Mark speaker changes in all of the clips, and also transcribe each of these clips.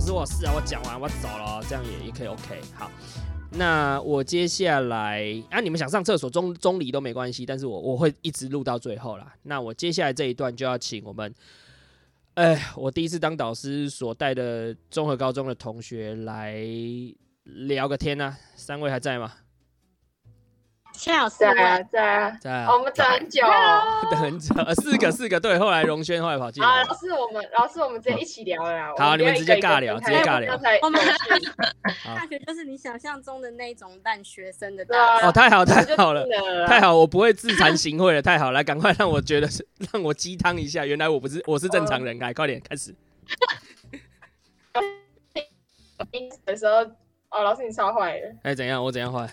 Speaker 1: 是我有事啊，我讲完我走了哦，这样也也可以 OK。好，那我接下来啊，你们想上厕所中中离都没关系，但是我我会一直录到最后啦。那我接下来这一段就要请我们，哎，我第一次当导师所带的综合高中的同学来聊个天啊。三位还在吗？
Speaker 2: 现在有四
Speaker 3: 在
Speaker 2: 位，
Speaker 3: 啊在啊，
Speaker 1: 在啊、
Speaker 3: 哦我们等很久哦。
Speaker 1: 等很久，呃四个四个对，后来荣轩后来跑进
Speaker 3: 啊，
Speaker 1: 来
Speaker 3: 老，师，我们老师，我们直接一起聊了啦。
Speaker 1: 好
Speaker 3: 我不要
Speaker 1: 你们直接
Speaker 3: 一个一个
Speaker 1: 尬聊
Speaker 3: 分开
Speaker 1: 直接尬聊
Speaker 3: 刚才
Speaker 2: 我们
Speaker 1: 好
Speaker 2: 大学就是你想象中的那种烂学生的
Speaker 3: 对啊
Speaker 2: 大学，
Speaker 1: 哦，太好太好了
Speaker 3: 就。定啦
Speaker 1: 太好，我不会自惭形秽了。太好，来，赶快让我觉得 是，让我鸡汤一下。原来我不是，我是正常人。来，快点开始。
Speaker 3: 的时候，哦，老师你超坏的，
Speaker 1: 哎、怎样？我怎样坏？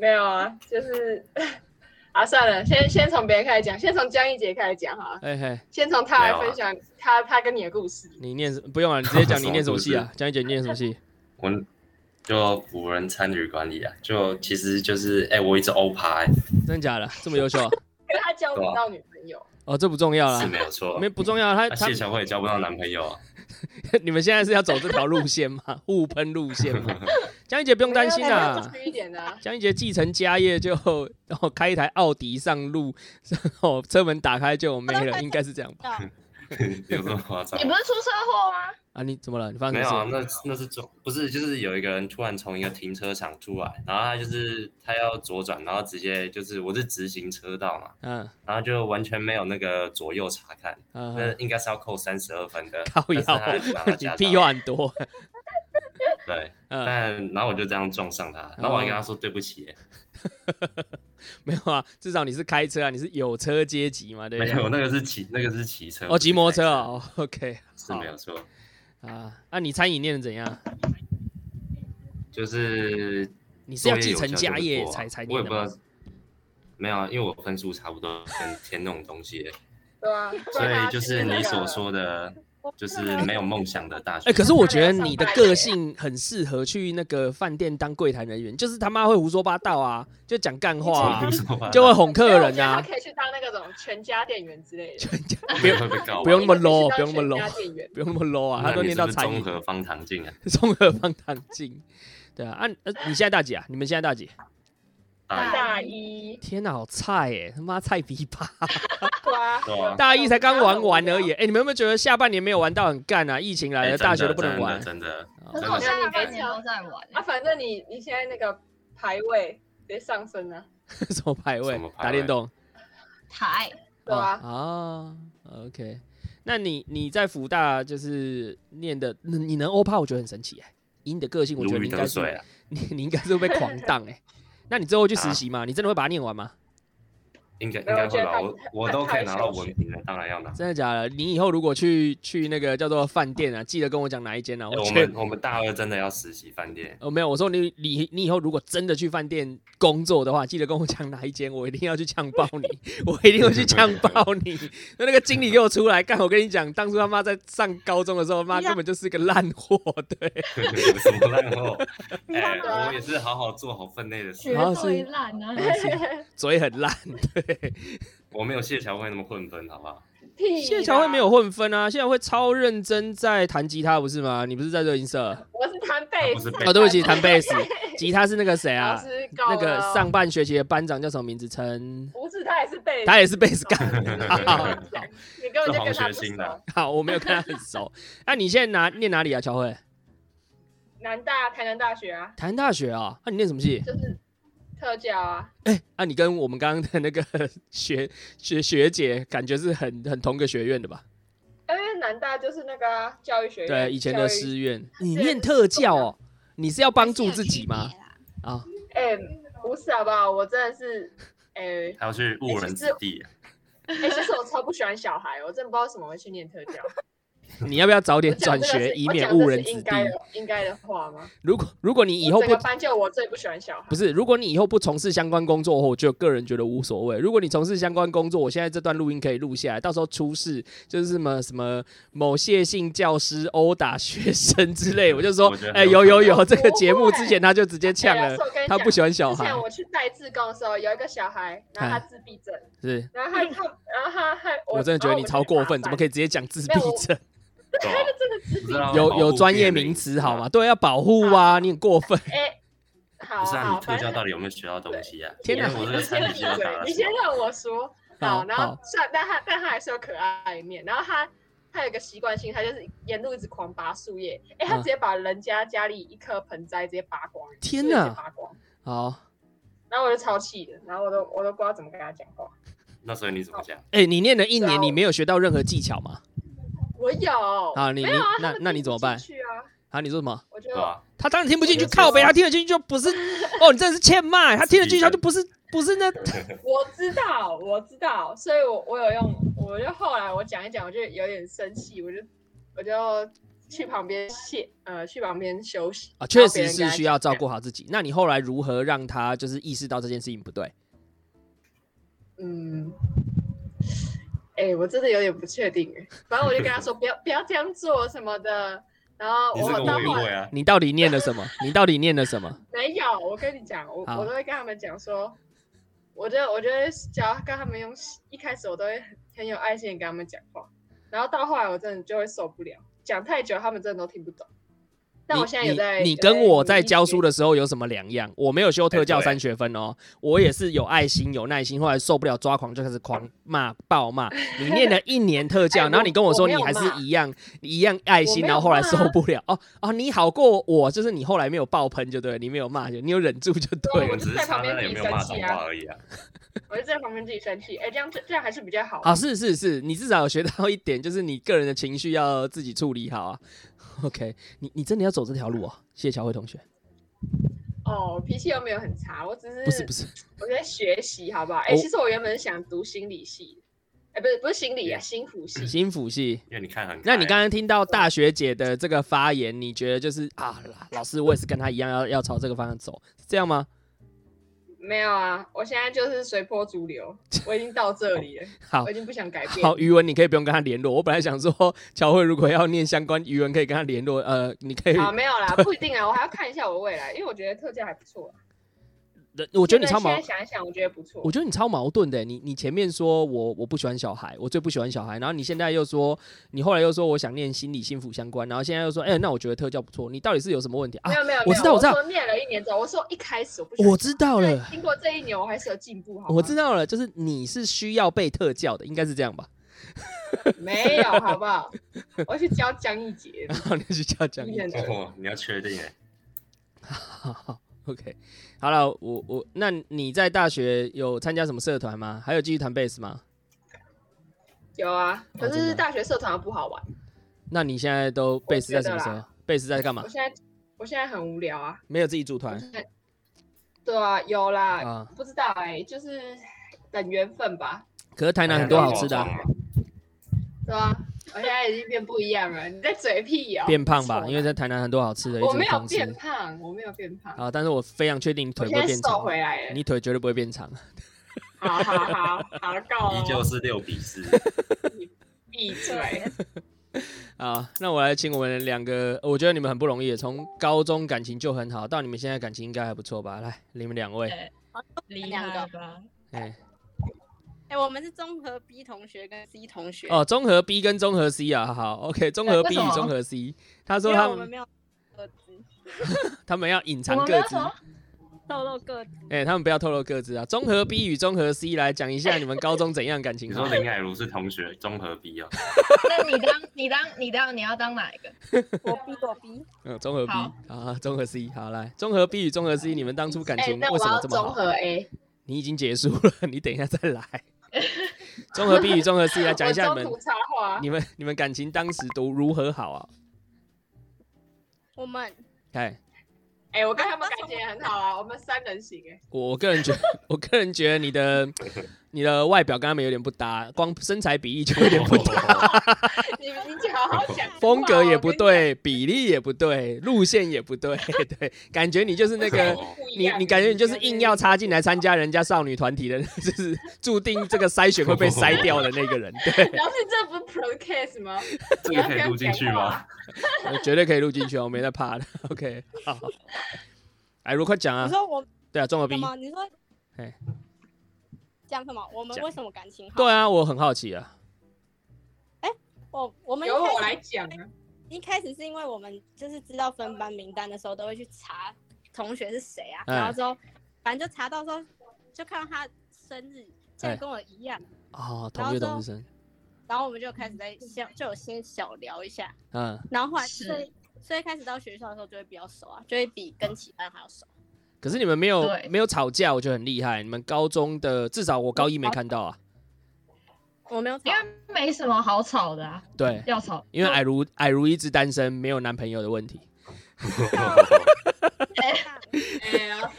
Speaker 3: 没有啊，就是 啊，算了，先先从别人开始讲，先从江一杰开始讲哈，
Speaker 1: 哎、嘿，
Speaker 3: 先从他
Speaker 4: 没
Speaker 3: 来
Speaker 4: 有啊
Speaker 3: 分享他他跟你的故事。
Speaker 1: 你念什不用了，你直接讲
Speaker 4: 什
Speaker 1: 你
Speaker 4: 么
Speaker 1: 念什么
Speaker 4: 故事
Speaker 1: 戏 啊？江一姐，你念什么戏？
Speaker 4: 我就辅仁参与管理啊，就其实就是哎、我一直欧趴、欸，
Speaker 1: 真的假的？这么优秀啊、
Speaker 3: 可是他交不到女朋友，
Speaker 1: 哦，这不重要
Speaker 4: 是
Speaker 1: 啦，
Speaker 4: 没有错。
Speaker 1: 没不重要。他
Speaker 4: 啊、
Speaker 1: 他
Speaker 4: 谢，小慧也交不到男朋友啊，
Speaker 1: 你们现在是要走这条路线吗？ 互喷路线 吗？江一姐不用担心
Speaker 3: 没有那就
Speaker 1: 啦。
Speaker 3: 虚一点的啊。
Speaker 1: 江一杰继承家业就， 然后开一台奥迪上路， 然后车门打开就有妹 了，应该是这样吧？
Speaker 2: 哦
Speaker 4: 有这么夸 张
Speaker 3: 你？不是出车祸吗？
Speaker 1: 啊，你怎么了？你发生
Speaker 4: 没
Speaker 1: 什
Speaker 4: 有啊，
Speaker 1: 么事？
Speaker 4: 那那是中不是就是有一个人突然从一个停车场出来，然后他就是他要左转，然后直接就是我是直行车道嘛，
Speaker 1: 嗯
Speaker 4: 然后就完全没有那个左右查看，
Speaker 1: 嗯，
Speaker 4: 那应该是要扣三十二分的。
Speaker 1: 靠腰
Speaker 4: 但是他还 是拿了
Speaker 1: 你
Speaker 4: 驾照
Speaker 1: 屁话很 多。
Speaker 4: 对，
Speaker 1: 嗯，
Speaker 4: 但然后我就这样撞上他，然后我还跟他说对不起欸、
Speaker 1: 没有啊，至少你是开车啊，你是有车阶级嘛，对不
Speaker 4: 没
Speaker 1: 对？
Speaker 4: 有，那个是骑那个是骑车，
Speaker 1: 哦，骑摩托车
Speaker 4: 啊，
Speaker 1: 哦 哦，OK
Speaker 4: 是没有错。
Speaker 1: 啊，那、你餐饮念的怎样？
Speaker 4: 就是
Speaker 1: 你
Speaker 4: 你
Speaker 1: 是要继承家业才才
Speaker 4: 啊我也
Speaker 1: 念
Speaker 4: 不
Speaker 1: 的
Speaker 4: 知道
Speaker 1: 吗？，
Speaker 4: 没有啊，因为我分数差不多跟填那种东西，
Speaker 3: 对啊，
Speaker 4: 所以就是
Speaker 3: 不然他去那
Speaker 4: 你
Speaker 3: 个
Speaker 4: 所说的，就是没有梦想的大学。
Speaker 1: 哎、可是我觉得你的个性很适合去那个饭店当柜台人员，就是他妈会胡说八道啊，就讲干话、啊， 就 会哄客人
Speaker 3: 我觉得他
Speaker 1: 啊，
Speaker 3: 可以去当那个种全家店员之类的，
Speaker 4: 不用会被告啊，
Speaker 1: 不用那么 low，
Speaker 3: 你可以去当
Speaker 1: 不用那么 low
Speaker 3: 全家店员
Speaker 1: 不用那么 low 啊，他都
Speaker 4: 那
Speaker 1: 念
Speaker 4: 你是
Speaker 1: 到
Speaker 4: 不是
Speaker 1: 餐
Speaker 4: 综
Speaker 1: 饮，
Speaker 4: 合方糖镜啊，
Speaker 1: 综合方糖镜。对啊，啊，呃你现在大几啊？你们现在大几？
Speaker 4: 大一
Speaker 3: 大一，
Speaker 1: 天哪，好菜哎、他妈菜逼吧！
Speaker 3: 对啊
Speaker 4: 对啊
Speaker 1: 大一才刚玩完而
Speaker 3: 哦
Speaker 1: 已。哎、你们有没有觉得下半年没有玩到很干啊？疫情来
Speaker 4: 哎
Speaker 1: 了，
Speaker 4: 真的
Speaker 1: 大学都不能
Speaker 4: 真的
Speaker 1: 玩。
Speaker 4: 真的
Speaker 1: 哦
Speaker 4: 真
Speaker 3: 可是
Speaker 5: 可是
Speaker 4: 的
Speaker 3: 我
Speaker 5: 我
Speaker 3: 现
Speaker 5: 现
Speaker 3: 在
Speaker 5: 在
Speaker 3: 每
Speaker 5: 每
Speaker 3: 年
Speaker 5: 年
Speaker 3: 都
Speaker 5: 都在玩、
Speaker 3: 啊，反正你你现在那个排位直接上升啊了，
Speaker 1: 什么排位？
Speaker 4: 什么排位
Speaker 1: 打电动？
Speaker 5: 台
Speaker 3: 对啊
Speaker 1: 哦啊，OK。那你你在福大就是念的，你你能欧帕，我觉得很神奇哎、以你的个性，我觉得
Speaker 4: 如
Speaker 1: 你应
Speaker 4: 鱼
Speaker 1: 该
Speaker 4: 得
Speaker 1: 是、
Speaker 4: 水啊，
Speaker 1: 你你应该是会被狂荡哎、 那你之后去实
Speaker 4: 啊
Speaker 1: 习吗？你真的会把它念完吗？
Speaker 4: 应该应
Speaker 3: 没有
Speaker 4: 该会吧？
Speaker 3: 我
Speaker 4: 我
Speaker 3: 觉得
Speaker 4: 我都可以拿到文凭了，当然要拿。
Speaker 1: 真的假的？你以后如果去去那个叫做饭店啊，记得跟我讲哪一间啊。
Speaker 4: 哎
Speaker 1: 我
Speaker 4: 我
Speaker 1: 觉得
Speaker 4: 们我们大二真的要实习饭店，
Speaker 1: 哦，没有，我说你你你以后如果真的去饭店工作的话，记得跟我讲哪一间，我一定要去呛爆你，我一定会去呛爆你。那那个经理给我出来干，我跟你讲，当初他妈在上高中的时候，妈根本就是个烂货，对，
Speaker 4: 什么烂货？哎，
Speaker 3: 对啊
Speaker 4: 我也是好好做好分内的事
Speaker 5: 绝
Speaker 1: 然后是
Speaker 5: 对烂啊！
Speaker 1: 嘴很烂，对。
Speaker 4: 我没有谢乔慧那么混分，好不好？
Speaker 3: 屁啦
Speaker 1: 谢乔慧没有，混分啊，谢乔慧超认真在弹吉他，不是吗？你不是在热音社？
Speaker 3: 我是弹贝斯，啊
Speaker 4: 他不是贝斯
Speaker 1: 哦，对不起，弹 贝斯，吉他是那个谁
Speaker 3: 老
Speaker 1: 啊？
Speaker 3: 师告
Speaker 1: 那个
Speaker 3: 了
Speaker 1: 上半学期的班长叫什么名字？陈，
Speaker 3: 不是他也是贝斯，
Speaker 1: 他也是贝斯干
Speaker 3: 你
Speaker 1: 的。
Speaker 3: 根
Speaker 1: 好
Speaker 3: 本就你根本就跟他不
Speaker 4: 是黄学兴
Speaker 3: 熟
Speaker 4: 的。
Speaker 1: 好，我没有跟他很熟。那、你现在哪念哪里啊，乔慧？
Speaker 3: 南大台南大学啊，
Speaker 1: 台南大学啊？那、你念什么系？
Speaker 3: 就是特教啊，
Speaker 1: 啊，你跟我们刚刚的那个 学学学姐，感觉是很很同个学院的吧？
Speaker 3: 因为哎南大就是那个啊教育学院，
Speaker 1: 对，以前的
Speaker 3: 教育，
Speaker 1: 师院。
Speaker 3: 育
Speaker 1: 你念特教哦？你是要帮助自己
Speaker 5: 还
Speaker 1: 吗
Speaker 5: 是有区？别啦？
Speaker 1: 啊，
Speaker 3: 哎，不是好不好？我真的是，哎
Speaker 4: 他要去误人子弟啊，
Speaker 3: 哎，其实我超不喜欢小孩，我真的不知道为什么会去念特教。
Speaker 1: 你要不要早
Speaker 3: 我
Speaker 1: 点
Speaker 3: 讲
Speaker 1: 转
Speaker 3: 这个
Speaker 1: 学，
Speaker 3: 是
Speaker 1: 以
Speaker 3: 我
Speaker 1: 免
Speaker 3: 讲这
Speaker 1: 误
Speaker 3: 是
Speaker 1: 人子
Speaker 3: 应
Speaker 1: 弟
Speaker 3: 该？的应该的话吗？
Speaker 1: 如果如果你以后
Speaker 3: 我
Speaker 1: 不
Speaker 3: 整个班就我最不喜欢小孩
Speaker 1: 不。是，如果你以后不从事相关工作，我就个人觉得无所谓。如果你从事相关工作，我现在这段录音可以录下来，到时候出事就是什么什么某谢姓教师殴打学生之类，我就说
Speaker 4: 我觉，得
Speaker 1: 哎、
Speaker 4: 很
Speaker 1: 有
Speaker 4: 有
Speaker 1: 有
Speaker 4: 可能
Speaker 1: 有，这个
Speaker 3: 不
Speaker 1: 节目
Speaker 3: 会
Speaker 1: 之前他就直接呛
Speaker 3: 哎
Speaker 1: 了
Speaker 3: 老师，我跟你
Speaker 1: 他
Speaker 3: 讲
Speaker 1: 不喜欢小
Speaker 3: 之
Speaker 1: 孩嗯
Speaker 3: 前，我去带志工的时候，有一个小孩，然后他自闭症，
Speaker 1: 是
Speaker 3: 然后他他，然后他还
Speaker 1: 我真的觉得你超过分，怎么可
Speaker 3: 以？
Speaker 1: 以直接讲自闭
Speaker 3: 没有我
Speaker 1: 症？
Speaker 4: 够 啊，不知道
Speaker 1: 有有专业名
Speaker 4: 名
Speaker 1: 词好吗？？对，要保护啊，你很过分。
Speaker 3: 哎，好
Speaker 4: 不是啊，
Speaker 3: 好，
Speaker 4: 你特
Speaker 3: 反
Speaker 4: 教
Speaker 3: 正
Speaker 4: 到底有没有学到东西啊？
Speaker 1: 天哪
Speaker 4: 哪，我这个
Speaker 3: 先
Speaker 4: 餐体
Speaker 3: 闭
Speaker 4: 系都打
Speaker 3: 嘴，
Speaker 4: 了
Speaker 3: 你，先让我说。
Speaker 1: 好
Speaker 3: 然后
Speaker 1: 好
Speaker 3: 算，但他但他还是有可爱一面。然后他他有一个习惯性，他就是沿路一直狂拔树叶。哎，他
Speaker 1: 嗯
Speaker 3: 直接把人家家里一棵盆栽直接拔光，
Speaker 1: 天
Speaker 3: 哪，
Speaker 1: 哪
Speaker 3: 直接拔光。
Speaker 1: 好，
Speaker 3: 然后我就超气的，然后我都我都不知道怎么跟他讲话。
Speaker 4: 那所以你怎么讲？
Speaker 1: 哎、你念了一
Speaker 3: 然
Speaker 1: 年，
Speaker 3: 后
Speaker 1: 你没有学到任何技巧吗？
Speaker 3: 啊我有
Speaker 1: 好你
Speaker 3: 没有啊
Speaker 1: 你那
Speaker 3: 他们
Speaker 1: 那
Speaker 3: 听
Speaker 1: 你怎么
Speaker 3: 不
Speaker 1: 办
Speaker 3: 进去啊，
Speaker 1: 啊，你说什么？
Speaker 3: 我就
Speaker 4: 对吧？
Speaker 1: 他当然听不进去，
Speaker 4: 我就
Speaker 1: 靠北，
Speaker 4: 知道
Speaker 1: 他听得进去就不是哦，你真的是欠骂，他听得进去他就不是啊不是那
Speaker 3: 我知道，我知道，所以我我有用，我就后来我讲一讲，我就有点生气，我就我就去旁边歇，呃，去旁边休息
Speaker 1: 啊，确实是需要照顾。好自己。那你后来如何让他就是意识到这件事情不对？
Speaker 3: 然后别人跟他讲嗯，哎、我真的有点不确定哎，反正我就跟他说不要不要这样做什么的，然后
Speaker 4: 你这
Speaker 3: 我
Speaker 4: 个
Speaker 3: 到
Speaker 4: 我也
Speaker 3: 后来
Speaker 4: 会啊，
Speaker 1: 你到底念了什么？你到底念了什么？
Speaker 3: 没有，我跟你讲，我
Speaker 1: 好
Speaker 3: 我都会跟他们讲说，我就我就会教跟他们用，一开始我都会很很有爱心地跟他们讲话，然后到后来我真的就会受不了，讲太久他们真的都听不懂。但我现在有在，
Speaker 1: 你你你
Speaker 3: 有
Speaker 1: 跟我在教书
Speaker 3: 的，
Speaker 1: 的时候有什么两样？我没有修特教
Speaker 4: 哎对
Speaker 1: 三学分哦，我也是有爱心有耐心，后来受不了抓狂就开始狂骂暴骂。你念了一年特教，
Speaker 3: 哎
Speaker 1: 然后你跟我说
Speaker 3: 我
Speaker 1: 你
Speaker 3: 没有
Speaker 1: 还是
Speaker 3: 骂
Speaker 1: 一样一样爱心，
Speaker 3: 我没
Speaker 1: 然
Speaker 3: 有
Speaker 1: 后后来受
Speaker 3: 骂啊
Speaker 1: 不了哦哦，你好过我，就是你后来没有爆喷就对了，你没有骂就你有忍住就
Speaker 3: 对
Speaker 1: 对
Speaker 4: 我
Speaker 1: 了
Speaker 3: 我。
Speaker 4: 们只是差在有没有骂脏话而已啊。
Speaker 3: 我就在旁边自己生气，哎、这样这这样还是比较好。
Speaker 1: 啊，是是是，你至少有学到一点，就是你个人的情绪要自己处理好啊。OK，你你真的要走这条路哦，谢谢乔慧同学。
Speaker 3: 哦，我脾气又没有很差，我只是
Speaker 1: 不是不是，哦
Speaker 3: 我在学习，好不好？哎、
Speaker 1: 我
Speaker 3: 其实我原本是想读心理系，哎、不是不是心理啊，心辅系。
Speaker 1: 心辅系。
Speaker 4: 因为你看
Speaker 3: 哎
Speaker 4: 很开，
Speaker 1: 那你刚刚听到大学姐的这个发言，你觉得就是啊，老师我也是跟她一样要要朝这个方向走，是这样吗？
Speaker 3: 没有啊，我现在就是随波逐流，我已经到这里了，
Speaker 1: 好
Speaker 3: 我已经不想改变。
Speaker 1: 好，余文你可以不用跟她联络。我本来想说，乔慧如果要念相关余文，可以跟她联络。呃，你可以，
Speaker 3: 啊，没有啦，不一定啊，我还要看一下我未来，因为我觉得特价还不错啊。
Speaker 1: 我觉得你超
Speaker 3: 现
Speaker 1: 忙
Speaker 3: 在。想一想，我觉得不错
Speaker 1: 我。觉得你超矛盾的欸，你你前面说我我不喜欢小孩，我最不喜欢小孩，然后你现在又说，你后来又说我想念心理幸福相关，然后现在又说，哎、那我觉得特教不错，你到底是有什么问题啊
Speaker 3: 没？有没有，没有
Speaker 1: 我知道我知道
Speaker 3: 说念了一年之后，我说一开始我不喜欢
Speaker 1: 我知道
Speaker 3: 但
Speaker 1: 了，
Speaker 3: 经过这一年我还是有进步，好吗
Speaker 1: 我知道了，就是你是需要被特教的，应该是这样吧？
Speaker 3: 没有，好不好？我要去教江一杰，
Speaker 1: 然 后你去教讲义
Speaker 3: 你。很
Speaker 4: 哦，你要确定哎，
Speaker 1: 好好，OK，好了，我我那你在大学有参加什么社团吗？还有继续弹贝斯吗？
Speaker 3: 有啊，
Speaker 1: 哦
Speaker 3: 可
Speaker 1: 真的啊
Speaker 3: 是大学社团不好玩，
Speaker 1: 那你现在都贝斯在什么时
Speaker 3: 我
Speaker 1: 候？贝斯在干嘛
Speaker 3: 我？现在我现在很无聊啊。
Speaker 1: 没有自己组团
Speaker 3: 对啊，有啦，
Speaker 1: 啊？
Speaker 3: 不知道哎，就是等缘分吧。
Speaker 1: 可是台南很多好吃的啊、
Speaker 4: 哎呀
Speaker 3: 对啊，我现在已经变不一样了。你在嘴屁哦？
Speaker 1: 变胖吧，
Speaker 3: 臭
Speaker 1: 因为在台南很多好吃的，一
Speaker 3: 我
Speaker 1: 直
Speaker 3: 没有
Speaker 1: 狂
Speaker 3: 变
Speaker 1: 吃。
Speaker 3: 胖，我没有变胖，
Speaker 1: 好，但是我非常确定你
Speaker 3: 我
Speaker 1: 腿不会
Speaker 3: 现在
Speaker 1: 变
Speaker 3: 瘦
Speaker 1: 长，
Speaker 3: 回来了。
Speaker 1: 你腿绝对不会变长。
Speaker 3: 好好好 好，够
Speaker 4: 依旧
Speaker 3: 了，
Speaker 4: 欸是 六 比四，
Speaker 3: 闭嘴。
Speaker 1: 啊，那我来请我们两个，我觉得你们很不容易，从高中感情就很好，到你们现在感情应该还不错吧？来，你们两位，
Speaker 5: 厉
Speaker 2: 两
Speaker 5: 害
Speaker 2: 个
Speaker 5: 吧？
Speaker 1: 哎、
Speaker 2: 哎、我们是综合 B 同学跟 C 同学，
Speaker 1: 哦，综合 B 跟综合 C 啊，好，OK，综合
Speaker 5: 为
Speaker 1: B
Speaker 5: 什
Speaker 1: 与
Speaker 5: 么
Speaker 1: 综合 C，他
Speaker 2: 因
Speaker 1: 说
Speaker 2: 为
Speaker 1: 他
Speaker 2: 我们
Speaker 1: 们
Speaker 2: 没有各自
Speaker 1: 他们要隐
Speaker 3: 我
Speaker 1: 藏
Speaker 3: 们没
Speaker 1: 各
Speaker 3: 有
Speaker 1: 自
Speaker 3: 什，么
Speaker 2: 透露各自。
Speaker 1: 哎、他们不要透露各自啊。综合 B 与综合 C 来讲一下你们高中怎样感情
Speaker 4: 你
Speaker 1: 好
Speaker 4: 说？林海如是同学综合 B 哦，
Speaker 5: 那你当你当你当你要当哪一个？
Speaker 2: 我 B 我 B，
Speaker 1: 嗯，综合 B
Speaker 5: 好
Speaker 1: 啊，综合 C，好来，综合 B 与综合 C，你们当初感
Speaker 3: 哎，
Speaker 1: 情
Speaker 3: 那
Speaker 1: 为
Speaker 3: 我
Speaker 1: 什么
Speaker 3: 要
Speaker 1: 这么好
Speaker 3: 综？合哎 A，
Speaker 1: 你已经结束了，你等一下再来。综合 B 与综合 C 来 讲一下
Speaker 3: 我
Speaker 1: 你
Speaker 3: 中
Speaker 1: 们
Speaker 3: 途啊插话。
Speaker 1: 你们你们感情当时都如何好啊？
Speaker 2: 我们
Speaker 1: 哎，
Speaker 3: 哎，我跟他们感情也很好啊，我们三人行哎。
Speaker 1: 我我个人觉我个人觉得 你的你的外表跟他们有点不搭，光身材比例就有点不搭，
Speaker 4: 哦
Speaker 3: 你你讲好好讲，哦
Speaker 1: 风格也不，对，比例也不对，路线也不对， 对，感觉你就是那 个。你你感觉你就是硬要插进来参加人家少女团体的， 就是注定这个筛选会被筛掉的那个人，对，
Speaker 3: 老师，这不是 podcast 吗？
Speaker 4: 这个可以录进去 吗？
Speaker 1: 我绝对可以录进去哦，我没在怕的。OK，好，哎，如快讲啊
Speaker 2: 你，说我
Speaker 1: 对啊，综合 B，
Speaker 2: 什么？你说
Speaker 1: 哎，
Speaker 2: 讲什么？我们
Speaker 1: 讲
Speaker 2: 为什么感情好？
Speaker 1: 对啊，我很好奇啊，
Speaker 2: 我我们一
Speaker 3: 由我
Speaker 2: 开
Speaker 3: 来
Speaker 2: 始
Speaker 3: 讲啊，
Speaker 2: 一开始是因为我们就是知道分班名单的时候，都会去查同学是谁啊，
Speaker 1: 哎
Speaker 2: 然后之后反正就查到说，就看到他生日竟
Speaker 1: 哎
Speaker 2: 然跟我一样，
Speaker 1: 哦，
Speaker 2: 然
Speaker 1: 同
Speaker 2: 后
Speaker 1: 学
Speaker 2: 之
Speaker 1: 同
Speaker 2: 后
Speaker 1: 日生，
Speaker 2: 然后我们就开始在小就有先小聊一下，
Speaker 1: 嗯，
Speaker 2: 然后后来
Speaker 5: 是
Speaker 2: 所以所以开始到学校的时候就会比较熟啊，就会比跟其他人还要熟。
Speaker 1: 可是你们没有
Speaker 5: 对
Speaker 1: 没有吵架，我觉得很厉害。你们高中的至少我高一没看到啊，
Speaker 2: 我没有吵
Speaker 5: 因，为没什么好吵的啊，
Speaker 1: 对，
Speaker 5: 要吵
Speaker 1: 因为矮如矮如一直单身，没有男朋友的问题。
Speaker 3: 哎， 老师，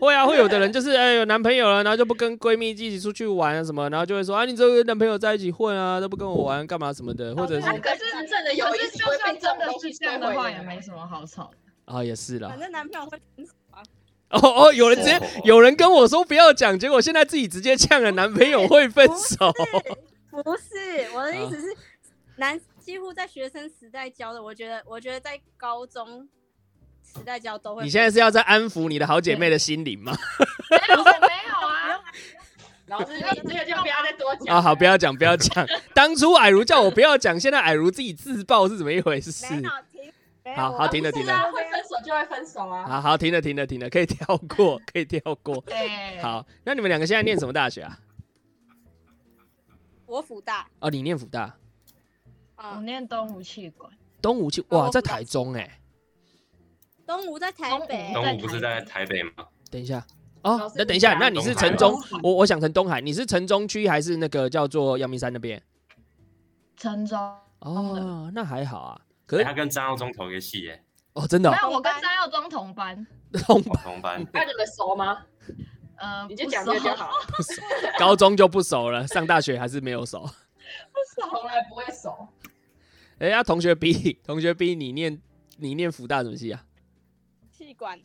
Speaker 1: 会啊，会有的人就是哎有男朋友了，然后就不跟闺蜜一起出去玩啊什么，然后就会说啊你只有跟男朋友在一起混啊，都不跟我玩干嘛什么
Speaker 2: 哦
Speaker 1: 的，或者是
Speaker 5: 啊可是
Speaker 3: 真正的友
Speaker 5: 可
Speaker 3: 谊
Speaker 5: 是就
Speaker 3: 会被
Speaker 5: 算
Speaker 3: 这
Speaker 5: 真
Speaker 3: 种
Speaker 5: 的
Speaker 3: 东
Speaker 5: 是
Speaker 3: 西
Speaker 5: 这样的
Speaker 3: 摧
Speaker 5: 话，
Speaker 3: 毁
Speaker 5: 也没什么好 吵的。
Speaker 1: 啊也是啦
Speaker 2: 反。正男朋友会分手啊，
Speaker 1: 哦哦，有人直接有人跟我说不要讲，结果现在自己直接呛了男朋友会分 手。
Speaker 2: 不是不是我的意思
Speaker 1: 哦
Speaker 2: 是，男几乎在学生时代教的，我觉得我觉得在高中时代教都会。
Speaker 1: 你现在是要在安抚你的好姐妹的心灵吗？
Speaker 5: 没有，哎我没有啊，
Speaker 3: 老师，你这个就不要再多讲
Speaker 1: 啊，好，不
Speaker 3: 要。
Speaker 1: 要讲，不要讲。当初矮如叫我不要讲，现在矮如自己自爆是怎么一回事？
Speaker 2: 没有停，没有
Speaker 1: 好好
Speaker 2: 我
Speaker 1: 停了
Speaker 2: 不是
Speaker 1: 停了
Speaker 2: 啊
Speaker 3: 大家
Speaker 2: 我没
Speaker 3: 会
Speaker 2: 有
Speaker 3: 分手就会分手啊。
Speaker 1: 好好，停了，停了，停了，可以跳过，可以跳过。
Speaker 5: 对，，
Speaker 1: 好，那你们两个现在念什么大学啊？
Speaker 2: 我辅大，
Speaker 1: 哦，你念福大，
Speaker 5: 我
Speaker 2: 嗯，
Speaker 5: 念东吴气管，
Speaker 1: 东吴去，
Speaker 2: 哦
Speaker 1: 哇，
Speaker 2: 我
Speaker 1: 在
Speaker 2: 辅大
Speaker 1: 台中哎。
Speaker 2: 东吴在台北，
Speaker 5: 东
Speaker 4: 东吴不是在台北吗？
Speaker 1: 等一下，哦
Speaker 3: 老，
Speaker 1: 那
Speaker 3: 师
Speaker 1: 等一
Speaker 3: 你
Speaker 1: 下，
Speaker 3: 讲
Speaker 1: 那你是
Speaker 4: 东海
Speaker 1: 城
Speaker 4: 吗
Speaker 1: 中，我我想成东海，你是城中区还是那个叫做阳明山那边？
Speaker 5: 陈州。
Speaker 1: 哦，那还好啊。可
Speaker 4: 欸
Speaker 1: 是
Speaker 4: 他跟张耀宗同一个系耶，哦
Speaker 1: 哦，真的哦
Speaker 5: 没有，我跟张耀宗同班，
Speaker 1: 东
Speaker 4: 我同班。
Speaker 3: 那你们熟吗？
Speaker 2: 啊
Speaker 5: 呃，
Speaker 3: 你就
Speaker 5: 不
Speaker 3: 讲
Speaker 5: 熟
Speaker 3: 这个就好，
Speaker 1: 高中就不熟了，上大学还是没有熟。
Speaker 5: 不熟
Speaker 3: 从来不会熟。
Speaker 1: 哎呀，同学逼，同学逼你念你念福大什么系啊？
Speaker 2: 气管，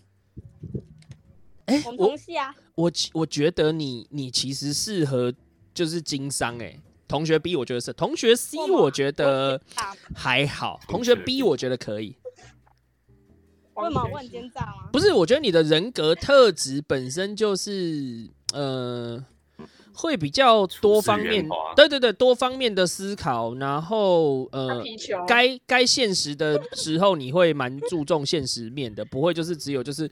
Speaker 1: 哎
Speaker 2: 我们
Speaker 1: 我
Speaker 2: 同系啊，
Speaker 1: 我其我觉得你你其实适合就是经商哎、同学 B 我觉得是，同学 C
Speaker 2: 我吗
Speaker 1: 我觉得
Speaker 2: 啊
Speaker 1: 还好，同
Speaker 4: 同
Speaker 1: 学
Speaker 4: 学
Speaker 1: B
Speaker 4: B
Speaker 1: 我觉得可以。
Speaker 2: 为
Speaker 3: 黄
Speaker 2: 毛
Speaker 3: 学
Speaker 2: 问
Speaker 3: 习
Speaker 2: 奸诈啊吗？
Speaker 1: 不是，我觉得你的人格特质本身就是呃，会比较多方
Speaker 4: 处事
Speaker 1: 面
Speaker 4: 圆滑，
Speaker 1: 对对对，多方面的思考，然后
Speaker 3: 他
Speaker 1: 呃，
Speaker 3: 皮球，
Speaker 1: 该该现实的时候，你会蛮注重现实面的，不会就是只有就是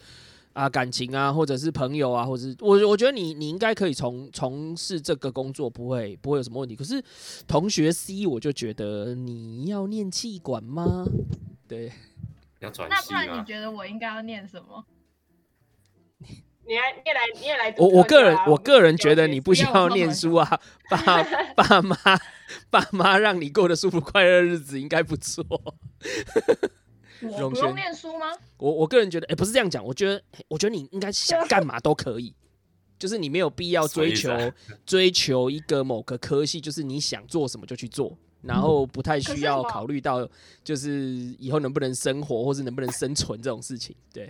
Speaker 1: 啊感情啊，或者是朋友啊，或者是我我觉得你你应该可以从从事这个工作，不会不会有什么问题。可是同学 C，我就觉得你要念气管吗？对，
Speaker 4: 要转
Speaker 5: 那
Speaker 4: 系
Speaker 5: 不
Speaker 1: 啊
Speaker 5: 然你
Speaker 4: 吗？
Speaker 5: 觉得我应该要念什么？
Speaker 3: 你来，你也来，你也来
Speaker 1: 我
Speaker 3: 读
Speaker 1: 我
Speaker 3: 课就好
Speaker 1: 个人
Speaker 3: 啊。
Speaker 1: 我个人觉得
Speaker 3: 们
Speaker 1: 你不需要念书啊，爸爸妈爸妈让你过得舒服快乐日子应该不错。
Speaker 5: 我
Speaker 1: 荣
Speaker 5: 不
Speaker 1: 轩
Speaker 5: 用念书吗？
Speaker 1: 我我个人觉得，哎、不是这样讲，我觉得，我觉得你应该想干嘛都可以，就是你没有必要追求
Speaker 4: 什么意
Speaker 1: 追求一个某个科系，就是你想做什么就去做，然后不太需要
Speaker 2: 可是我
Speaker 1: 考虑到就是以后能不能生活或是能不能生存这种事情。对，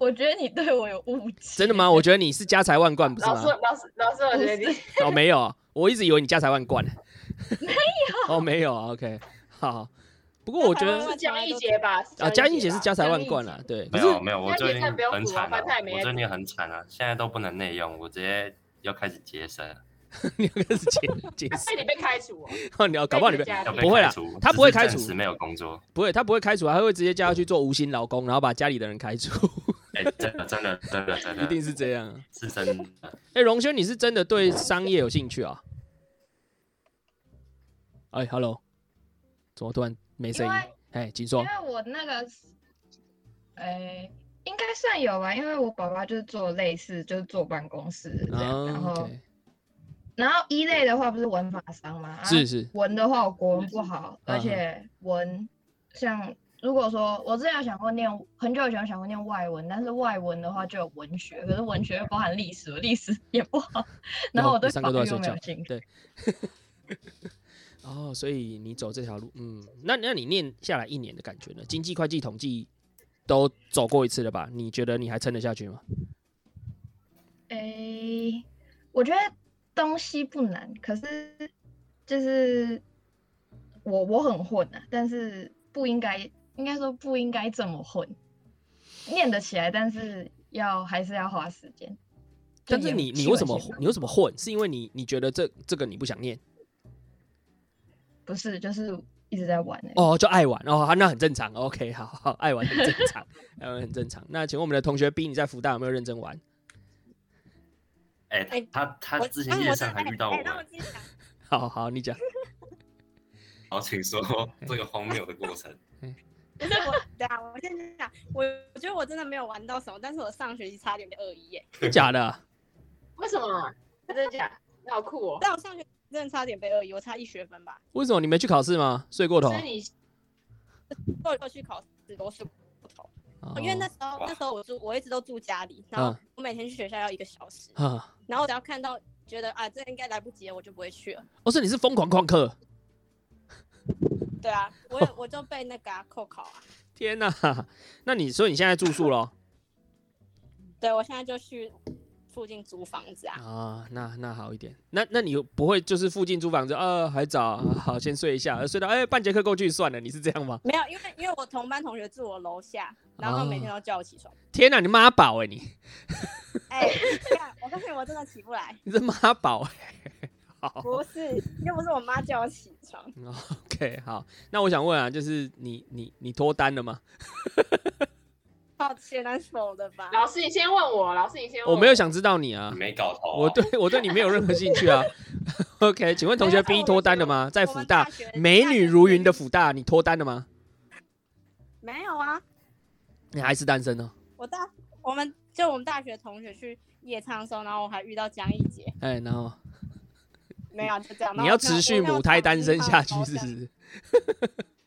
Speaker 5: 我觉得你对我有误解。
Speaker 1: 真的吗？我觉得你是家财万贯，不是
Speaker 3: 老
Speaker 1: 吗
Speaker 3: 师？，老师，老师，我觉得你
Speaker 1: 哦，没有啊，我一直以为你家财万贯。没有。哦，没有啊。OK，好。不过我觉
Speaker 2: 家财
Speaker 1: 得
Speaker 2: 万贯
Speaker 3: 是江一杰吧？
Speaker 1: 啊，嘉义姐是家财万贯
Speaker 3: 了。
Speaker 1: 啦，对。可
Speaker 4: 没
Speaker 1: 是
Speaker 4: 有没有，我
Speaker 3: 那你
Speaker 4: 最近
Speaker 3: 看不用
Speaker 4: 很
Speaker 3: 补啊
Speaker 4: 惨啊
Speaker 3: 反正也！没
Speaker 4: 我
Speaker 3: 在
Speaker 4: 最
Speaker 3: 读
Speaker 4: 近很惨啊，现在都不能内用，我直接要开始节省了，
Speaker 1: 你要开始解解释
Speaker 3: 被你被开除哦，
Speaker 1: 哦， 你要搞不好你被
Speaker 3: 被
Speaker 4: 要
Speaker 3: 你
Speaker 4: 被
Speaker 1: 不会啦
Speaker 4: 开除。
Speaker 1: 他
Speaker 4: 只
Speaker 1: 不会
Speaker 4: 是
Speaker 1: 开
Speaker 4: 暂
Speaker 1: 除
Speaker 4: 时没有工作。
Speaker 1: 不会，他不会开除啊，他会直接叫他去做无薪劳工，然后把家里的人开除，
Speaker 4: 哎，真的真的真的 真
Speaker 1: 一定
Speaker 4: 的
Speaker 1: 是这样啊。
Speaker 4: 是真的。
Speaker 1: 哎、荣轩，你是真的对商业有兴趣啊？哎、h e l l o 怎么突然没声音
Speaker 5: 因为？
Speaker 1: 哎，请
Speaker 5: 因
Speaker 1: 说。
Speaker 5: 为我那个，哎、应该算有吧，因为我爸爸就是做类似，就是坐办公室这样。然
Speaker 1: 啊
Speaker 5: 后，
Speaker 1: ，OK，
Speaker 5: 然后一类的话不是文法商吗？啊
Speaker 1: 是是，
Speaker 5: 文的话，我国文不好，
Speaker 1: 嗯
Speaker 5: 而且文像如果说我之前有想过念，很久以前有想过念外文，但是外文的话就有文学，可是文学又包含历史，我历史也不 好，然后我对
Speaker 1: 三
Speaker 5: 法
Speaker 1: 个
Speaker 5: 律
Speaker 1: 都在睡
Speaker 5: 又没有
Speaker 1: 觉
Speaker 5: 兴趣。
Speaker 1: 对哦，所以你走这条路，嗯，那那你念下来一年的感觉呢？经济、会计、统计都走过一次了吧？你觉得你还撑得下去吗？
Speaker 5: 诶、我觉得东西不难，可是就是我我很混啊，但是不应该，应该说不应该这么混，念得起来，但是要还是要花时间。就
Speaker 1: 但是
Speaker 5: 也
Speaker 1: 你你
Speaker 5: 气
Speaker 1: 为
Speaker 5: 味
Speaker 1: 什么
Speaker 5: 先吧
Speaker 1: 你为什么混？是因为你你觉得这这个你不想念？
Speaker 5: 不是，就是一直在玩、欸。
Speaker 1: 哦，就爱玩哦，好那很正常。OK，好好，爱玩很正常，爱玩很正常。那请问我们的同学 B，你在福大有没有认真玩？
Speaker 4: 哎、
Speaker 2: 哎
Speaker 4: 他他
Speaker 2: 我
Speaker 4: 之前夜上还遇到我
Speaker 2: 哎哎让我
Speaker 4: 们，
Speaker 2: 自己讲
Speaker 1: 好好，你讲。
Speaker 4: 好，请说这个荒谬的过程。
Speaker 2: 不是我，对啊，我先讲，我我觉得我真的没有玩到什么，但是我上学期差点被恶意耶，
Speaker 1: 真假的？啊
Speaker 3: 为什么？真的假的？你好酷哦！
Speaker 2: 但我上学期真的差点被恶意，我差一学分吧，
Speaker 1: 为什么你没去考试吗？睡过头
Speaker 3: 所？以你
Speaker 2: 过过去考试都是不同，
Speaker 1: 哦
Speaker 2: 因为那时候
Speaker 4: 哇
Speaker 2: 那时候我住我一直都住家里，然后
Speaker 1: 嗯
Speaker 2: 我每天去学校要一个小时，
Speaker 1: 啊，
Speaker 2: 然后只要看到觉得啊这应该来不及了，我就不会去了。
Speaker 1: 哦，所以你是疯狂旷课？
Speaker 2: 对 啊，我有我就被那个、啊、扣考啊，
Speaker 1: 天哪、那你所以你现在住宿咯？
Speaker 2: 对我现在就去附近租房子啊，
Speaker 1: 啊，那那好一点。那那你不会就是附近租房子啊？还早，好先睡一下，睡到哎、半节课过去算了，你是这样吗？
Speaker 2: 没有，因为因为我同班同学住我楼下，然后他们每天都叫我起床，
Speaker 1: 天哪、你妈宝哎、你
Speaker 2: 哎、看我告诉你，我真的起不来。
Speaker 1: 你是妈宝哎、好
Speaker 2: 不是，又不是我妈叫我起床。
Speaker 1: ，OK，好。那我想问啊，就是你你你脱单了吗？
Speaker 2: 抱歉，那是否的吧？
Speaker 3: 老师，你先问我，老师你先问
Speaker 1: 我没有想知道你啊
Speaker 4: 你，没搞头、
Speaker 1: 我，对我对你没有任何兴趣啊。OK，请问同学 B 脱单了吗？在
Speaker 2: 我
Speaker 1: 辅
Speaker 2: 们
Speaker 1: 大
Speaker 2: 学
Speaker 1: 美
Speaker 2: 大
Speaker 1: 女
Speaker 2: 学
Speaker 1: 如云的
Speaker 2: 是
Speaker 1: 辅大，你脱单了吗？
Speaker 2: 没有啊，
Speaker 1: 你还是单身哦呢、
Speaker 2: 我大我们就我们大学同学去夜唱的时候，然后我还遇到江一杰，
Speaker 1: 哎、然后
Speaker 2: 没有啊就这样。然后
Speaker 1: 你要
Speaker 2: 我看
Speaker 1: 持续
Speaker 2: 我看到
Speaker 1: 母胎单身下去
Speaker 2: 他，
Speaker 1: 是不是？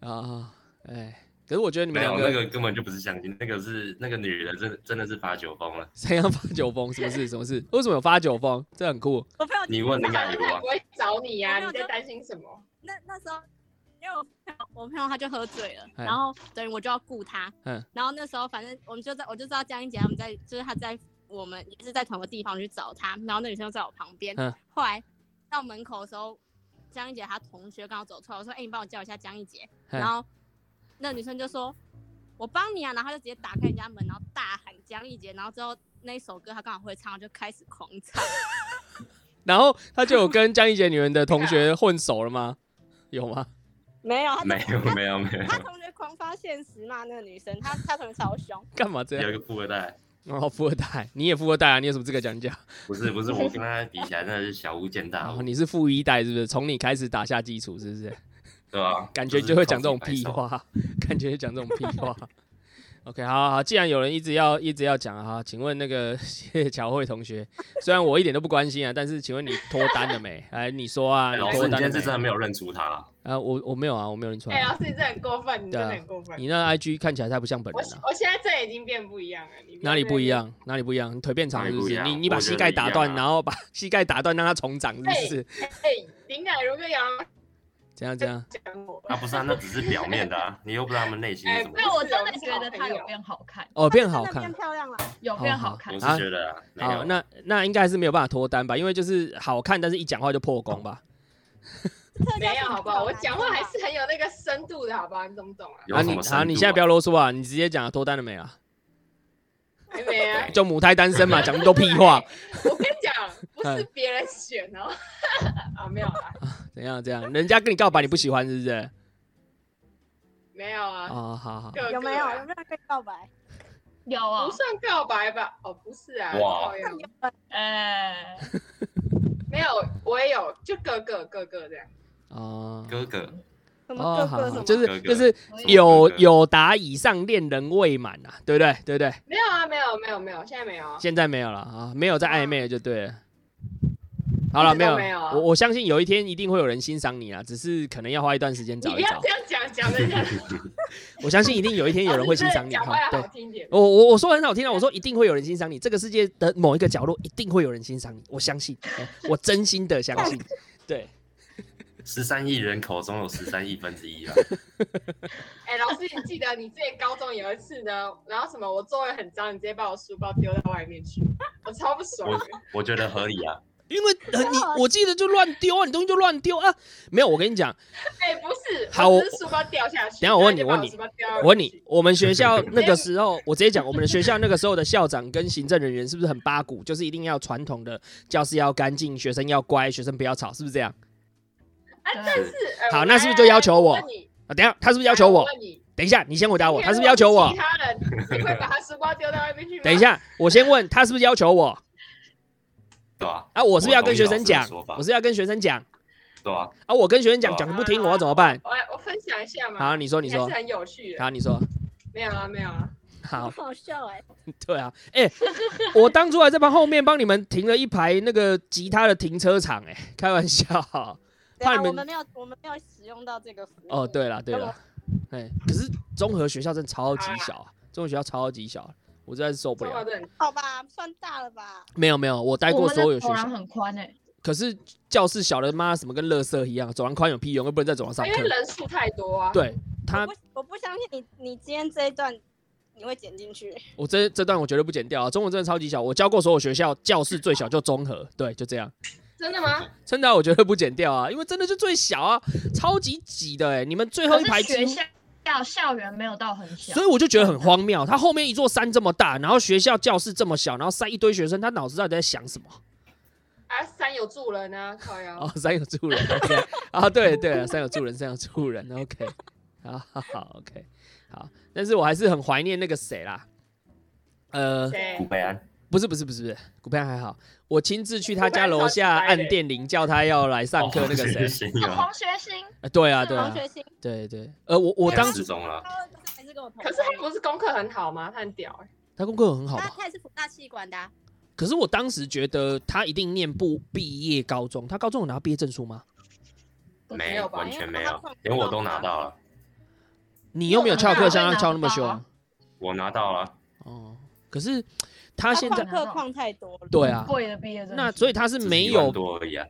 Speaker 1: 啊，哎，可是我觉得你们
Speaker 4: 没
Speaker 1: 两
Speaker 4: 有那
Speaker 1: 个
Speaker 4: 个根本就不是相亲，那个是那个女的真的真的是发酒疯了。
Speaker 1: 怎样发酒疯？什么事？什么事？为什么有发酒疯？这很酷。
Speaker 2: 我朋友
Speaker 4: 你问
Speaker 3: 那
Speaker 4: 的
Speaker 3: 老
Speaker 4: 感
Speaker 3: 师
Speaker 4: 觉
Speaker 3: 他也
Speaker 4: 啊
Speaker 3: 不，会找你呀、
Speaker 2: 我没
Speaker 3: 你
Speaker 2: 有
Speaker 3: 在
Speaker 2: 就
Speaker 3: 担心什么？
Speaker 2: 那那时候。因为我朋友，我朋友他就喝醉了，
Speaker 1: 哎
Speaker 2: 然后等于我就要顾他，
Speaker 1: 嗯
Speaker 2: 然后那时候反正我们就在，我就知道江一杰他们在，就是他在我们也是在同个地方去找他，然后那女生就在我旁边，
Speaker 1: 嗯
Speaker 2: 后来到门口的时候，江一杰她同学刚好走出来，我说：“哎、你帮我叫一下江一杰。”
Speaker 1: 嗯
Speaker 2: 然后那女生就说：“我帮你啊。”然后她就直接打开人家门，然后大喊江一杰，然后之后那一首歌她刚好会唱，就开始狂唱。
Speaker 1: 然后他就有跟江一杰你们的同学混熟了吗？有吗？
Speaker 2: 没有，她
Speaker 4: 没有没有没
Speaker 2: 她
Speaker 4: 有，
Speaker 2: 同学狂发现实骂那个女生，她她同学超凶。
Speaker 1: 干嘛这
Speaker 4: 有
Speaker 1: 样？
Speaker 4: 一个富二代，
Speaker 1: 然后富二代，你也富二代啊？你有什么资格讲价？
Speaker 4: 不是不是，我跟他比起来真的是小巫见大
Speaker 1: 哦，
Speaker 4: 巫，
Speaker 1: 你是富一代是不是？从你开始打下基础是不是？
Speaker 4: 对吧？
Speaker 1: 感觉就会讲这种屁，话，感觉就讲这种屁话。OK，好好好，既然有人一直要一直要讲啊哈，请问那个谢乔慧同学， 虽然我一点都不关心啊，但是请问你脱单了 没？来，你说啊，
Speaker 4: 哎
Speaker 1: 你
Speaker 4: 老
Speaker 1: 脱
Speaker 4: 师，你今
Speaker 1: 单了
Speaker 4: 天是真
Speaker 1: 没？
Speaker 4: 的没有认出他啊，
Speaker 1: 啊，我我没有啊，我没有认出
Speaker 3: 哎、
Speaker 1: 来
Speaker 3: 老。师你真的很过分，你真的
Speaker 1: 对啊
Speaker 3: 很过分。
Speaker 1: 你那 IG 看起来太不像本
Speaker 3: 我
Speaker 1: 人了、
Speaker 3: 我现在这已经变不一样了，你
Speaker 1: 哪里不一？样？哪里不一样？你腿变长是不
Speaker 4: 哪里不一
Speaker 1: 是？
Speaker 4: 样
Speaker 1: 你你把
Speaker 4: 我觉得
Speaker 1: 膝盖打断，
Speaker 4: 一样啊
Speaker 1: 然后把 膝盖打断让它重长，是不是？
Speaker 3: 哎、林凯如跟杨老师
Speaker 1: 怎样怎样？
Speaker 3: 讲我，
Speaker 4: 啊不是啊，那只是表面的啊，你又不知道他们内心是怎么
Speaker 3: 哎
Speaker 4: 样。
Speaker 5: 但我真
Speaker 3: 不
Speaker 5: 的
Speaker 3: 是
Speaker 5: 觉
Speaker 3: 我
Speaker 5: 得
Speaker 3: 是好
Speaker 5: 她
Speaker 3: 朋
Speaker 5: 有
Speaker 3: 友
Speaker 5: 变好看，
Speaker 1: 哦，变好
Speaker 2: 她真的
Speaker 1: 看
Speaker 2: 变。漂亮了。
Speaker 5: 有
Speaker 1: 好
Speaker 5: 变
Speaker 1: 好
Speaker 5: 好看
Speaker 2: 哎
Speaker 4: 我。是
Speaker 1: 啊
Speaker 4: 觉得啊，没
Speaker 1: 好，
Speaker 4: 有，
Speaker 1: 那那应该还是没有办法脱单吧？因为就是好看，但是一讲话就破功吧。
Speaker 2: 特
Speaker 3: 没
Speaker 2: 教
Speaker 3: 有
Speaker 2: 生
Speaker 3: 好不好？我讲话
Speaker 2: 男
Speaker 3: 还
Speaker 2: 生吧
Speaker 3: 是很有那个深度的，好不好？你懂 不懂啊？
Speaker 4: 有
Speaker 1: 啊
Speaker 4: 什
Speaker 1: 你
Speaker 4: 么深
Speaker 1: 啊，你现在
Speaker 4: 度
Speaker 1: 不要啰嗦啊，你直接讲脱单了没啊？
Speaker 3: 还没啊？
Speaker 1: 就母胎单身 嘛，讲那么多屁话，
Speaker 3: 我跟你讲，不是别人选哦。 啊，没有啦，
Speaker 1: 怎样怎样？人家跟你告白你不喜欢是不是？
Speaker 3: 没有啊。
Speaker 1: 哦，好好，
Speaker 3: 各
Speaker 2: 有没有
Speaker 3: 各啊
Speaker 2: 有没有被告白？
Speaker 5: 有啊、
Speaker 3: 不算告白吧？哦，不是啊。
Speaker 4: 哇
Speaker 3: 靠腰
Speaker 5: 呃，
Speaker 3: 没有，我也有，就各个各个这样。
Speaker 1: 哦，
Speaker 4: 哥哥
Speaker 2: 什么
Speaker 1: 哦，
Speaker 2: 各
Speaker 1: 好
Speaker 2: 个什
Speaker 1: 好，
Speaker 2: 么？
Speaker 1: 就是
Speaker 4: 哥哥
Speaker 1: 就是
Speaker 5: 我也
Speaker 1: 有
Speaker 4: 什么哥哥
Speaker 1: 有达以上恋人未满啊，对不对？对不对？
Speaker 3: 没有啊，没有没有没有，现在没有啊。
Speaker 1: 现在没有了啊，没有在暧昧了就对了。好了，
Speaker 3: 一直
Speaker 1: 没
Speaker 3: 都
Speaker 1: 有，
Speaker 3: 没有啊
Speaker 1: 我我相信有一天一定会有人欣赏你啊，只是可能要花一段时间
Speaker 3: 你
Speaker 1: 找
Speaker 3: 不
Speaker 1: 一
Speaker 3: 要
Speaker 1: 找
Speaker 3: 这。样讲，讲的 像
Speaker 1: 我相信一定有一天有人会欣赏 你
Speaker 3: 讲
Speaker 1: 哈
Speaker 3: 话。要
Speaker 1: 对
Speaker 3: 好，听一点。
Speaker 1: 我我我说很好听啊，我说一定会有人欣赏你，这个世界的某一个角落一定会有人欣赏 你，我相信，哎我真心的相信。 对，
Speaker 4: 十三亿人口中有十三亿分之一 啊，
Speaker 3: 哎、老师，你记得你之前高中有一次呢，然后什么我座位很脏，你直接把我书包丢到外面去，我超不爽的。
Speaker 4: 我我觉得合理啊。
Speaker 1: 因为呃你我记得就乱丢啊，你东西就乱丢啊。没有，我跟你讲，
Speaker 3: 哎、不是，
Speaker 1: 好
Speaker 3: 我只是书包掉下去。
Speaker 1: 等一下我问你
Speaker 3: 然后
Speaker 1: 问你
Speaker 3: 你就把我书包丢到外面去，
Speaker 1: 我问你，我们学校那个时候，我直接讲，我们的学校那个时候的校长跟行政人员是不是很八股？就是一定要传统的教室要干净，学生要乖，学生不要吵，是不是这样？
Speaker 3: 哎，但是哎
Speaker 1: 好
Speaker 3: 我
Speaker 1: 那是不是就要求我
Speaker 3: 问你
Speaker 1: 啊，等一下，他是不是要求我
Speaker 3: 问？你
Speaker 1: 等一下，你先回答我，
Speaker 3: 你
Speaker 1: 他是不是要求
Speaker 3: 如果
Speaker 1: 我
Speaker 3: 是其？他人，你会把他书包丢到外面去吗？
Speaker 1: 等一，下，我先问他是不是要求我？
Speaker 4: 对吧、
Speaker 1: 啊，我是不是要跟学生讲
Speaker 4: 我同意老师的说？法
Speaker 1: 我是要跟学生讲
Speaker 4: 对吧、
Speaker 1: 啊，我跟学生讲
Speaker 4: 好
Speaker 1: 讲不听，我要怎么办？
Speaker 3: 我我分享一下嘛。
Speaker 1: 好，你说，你
Speaker 3: 哦还
Speaker 1: 说
Speaker 3: 是，很有趣的。
Speaker 1: 好，你说，
Speaker 3: 没有啊，没有啊。
Speaker 1: 好，
Speaker 2: 好笑哎、
Speaker 1: 对啊，哎、 我当初还在帮后面帮你们停了一排那个吉他的停车场、哎， 开玩笑。
Speaker 2: 对
Speaker 1: 怕
Speaker 2: 啊，
Speaker 1: 你们
Speaker 2: 我们没有，我们没有使用到这个服务。
Speaker 1: 哦，对了，对了，哎、可是综合学校真的超级小啊，综合学校超级小啊，我真的是受不
Speaker 3: 中华
Speaker 1: 了。
Speaker 3: 队，
Speaker 2: 好吧，算大了吧？
Speaker 1: 没有没有，我待
Speaker 5: 我
Speaker 1: 过
Speaker 5: 们的啊
Speaker 1: 所有学
Speaker 5: 走
Speaker 1: 校
Speaker 5: 廊，很宽欸诶、
Speaker 1: 可是教室小的妈什么跟垃圾一样，走廊宽有屁用，又不能在走廊上
Speaker 3: 因
Speaker 1: 课
Speaker 3: 为。人数太多啊。，
Speaker 1: 对他
Speaker 2: 我不，我不相信你，你今天这一段你会剪进去。
Speaker 1: 我这这段我绝对不剪掉啊！中文真的超级小，我教过所有学校，教室最小就综合，对，就这样。
Speaker 3: 真的吗？
Speaker 1: 真的啊、我绝对不剪掉啊，因为真的就最小啊，超级挤的哎、你们最后一
Speaker 5: 可
Speaker 1: 排
Speaker 5: 是
Speaker 1: 几
Speaker 5: 学
Speaker 1: 乎，
Speaker 5: 校校校园没有到很小
Speaker 1: 所以，我就觉得很荒谬。他后面一座山这么大，然后学校教室这么小，然后塞一堆学生，他脑子到底在想什么？
Speaker 3: 啊，山有住人啊，靠呀。
Speaker 1: 哦，山有住人，OK 啊，对对了，山有住人，山有住人，OK，好好好，OK，好，但是我还是很怀念那个谁啦，呃，
Speaker 3: 对
Speaker 4: 古，北 安，
Speaker 1: 不是不是不是，古佩还好，我亲自去他家楼下
Speaker 3: 古佩超级白
Speaker 1: 按
Speaker 3: 的
Speaker 1: 电铃叫他要来上
Speaker 4: 哦
Speaker 1: 课那个谁，
Speaker 4: 行
Speaker 5: 那
Speaker 4: 啊
Speaker 5: 黄，学兴
Speaker 1: 呃对啊
Speaker 5: 是
Speaker 1: 对啊
Speaker 2: 王学兴，
Speaker 1: 对对，呃我我当
Speaker 4: 失踪了，
Speaker 2: 他就是还是跟我同班。
Speaker 3: 可是他不是功课很好吗？他很屌哎。
Speaker 1: 他功课很好
Speaker 2: 他
Speaker 1: 吧？
Speaker 2: 他也是福大气管的、啊，
Speaker 1: 可是我当时觉得他一定念不毕业高中，他高中有拿毕业证书吗？
Speaker 4: 没
Speaker 3: 有吧
Speaker 4: 完全没
Speaker 2: 因为他
Speaker 4: 有
Speaker 2: 放，
Speaker 4: 连我都拿到了，
Speaker 1: 你又没有翘课，像他翘那么
Speaker 5: 我
Speaker 1: 凶
Speaker 5: 拿不到啊
Speaker 4: 我拿到了，
Speaker 1: 哦。可是他现在
Speaker 5: 旷
Speaker 2: 课旷太多了。
Speaker 1: 对啊，
Speaker 5: 贵的毕业证书，
Speaker 1: 那所以他是
Speaker 4: 只是
Speaker 1: 没
Speaker 4: 一万
Speaker 1: 有，
Speaker 4: 多而已啊，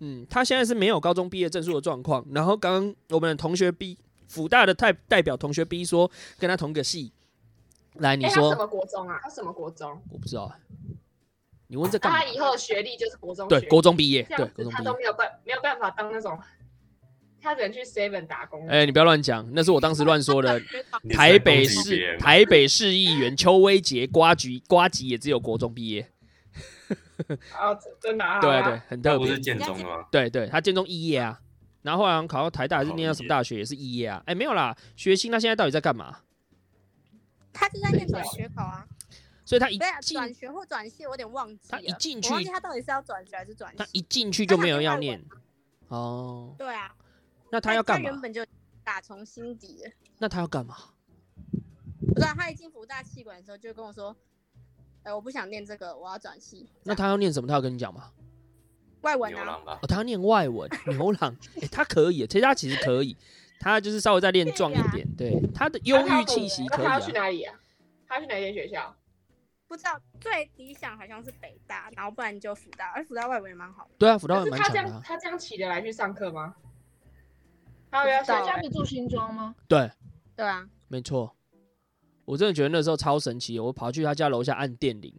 Speaker 1: 嗯，他现在是没有高中毕业证书的状况。然后刚刚我们的同学 B，辅大的代代表同学 B 说跟他同个系，来你
Speaker 3: 哎，他
Speaker 1: 说
Speaker 3: 什，么国中啊？他什么国中？
Speaker 1: 我不知道，啊你问这
Speaker 3: 那
Speaker 1: 干嘛
Speaker 3: 他？以后的学历就是国中
Speaker 1: 对
Speaker 3: 学，历
Speaker 1: 国中毕业，
Speaker 3: 这
Speaker 1: 对
Speaker 3: 样
Speaker 1: 国
Speaker 3: 子
Speaker 1: 中
Speaker 3: 他
Speaker 1: 毕
Speaker 3: 都
Speaker 1: 业。
Speaker 3: 没有办没有办法当那种，他只能去 Seven 打工。
Speaker 1: 哎，你不要乱讲，那是我当时乱说的。
Speaker 4: 你是在
Speaker 1: 台北
Speaker 4: 攻击别
Speaker 1: 市
Speaker 4: 人吗
Speaker 1: 台北市议员邱威杰瓜吉瓜吉也只有国中毕业，
Speaker 3: 啊，真真的啊，
Speaker 1: 对
Speaker 3: 好
Speaker 1: 对
Speaker 3: 吧，，
Speaker 1: 很
Speaker 4: 他
Speaker 1: 特
Speaker 4: 不
Speaker 1: 别
Speaker 4: 是，建中啊的吗？
Speaker 1: 对对，他建中肄业啊，然后后来好像考到台大还是念到什么大学也是肄业啊，哎没有啦，学新他现在到底在干嘛？
Speaker 2: 他就在念转学考啊，
Speaker 1: 所以他一
Speaker 2: 对啊，
Speaker 1: 进
Speaker 2: 转学或转系，我有点忘记了。
Speaker 1: 他一进
Speaker 2: 我
Speaker 1: 去
Speaker 2: 忘记他到底是要转学还是转
Speaker 1: 他
Speaker 2: 系。
Speaker 1: 一进去就没有要念哦，
Speaker 2: 对啊，
Speaker 1: 那他要干
Speaker 2: 原
Speaker 1: 嘛？
Speaker 2: 本就打从心底了，
Speaker 1: 那他要干嘛？
Speaker 2: 不是、啊、他一进福大气管的时候就跟我说，哎、我不想念这个，我要转系。
Speaker 1: 那他要念什么？他要跟你讲吗？
Speaker 2: 外文
Speaker 4: 牛
Speaker 2: 啊，
Speaker 4: 郎吧，
Speaker 1: 哦，他要念外文，牛郎，哎，他可以，其实他其实可以，他就是稍微再练壮一点，对，他的忧郁气息
Speaker 3: 那
Speaker 1: 可以
Speaker 3: 他
Speaker 1: 啊
Speaker 3: 要。去哪里啊？他要去哪间学校？
Speaker 2: 不知道最理想好像是北大，然后不然就福大，而福大外文也蛮好的。
Speaker 1: 对啊，辅导也
Speaker 3: 可是
Speaker 1: 蛮强
Speaker 3: 他这
Speaker 1: 的啊
Speaker 3: 样，他这样起得来去上课吗？他要
Speaker 5: 大
Speaker 3: 想
Speaker 5: 家不欸住新庄吗？
Speaker 1: 对，
Speaker 2: 对啊，
Speaker 1: 没错，我真的觉得那时候超神奇的。我跑去他家楼下按电铃，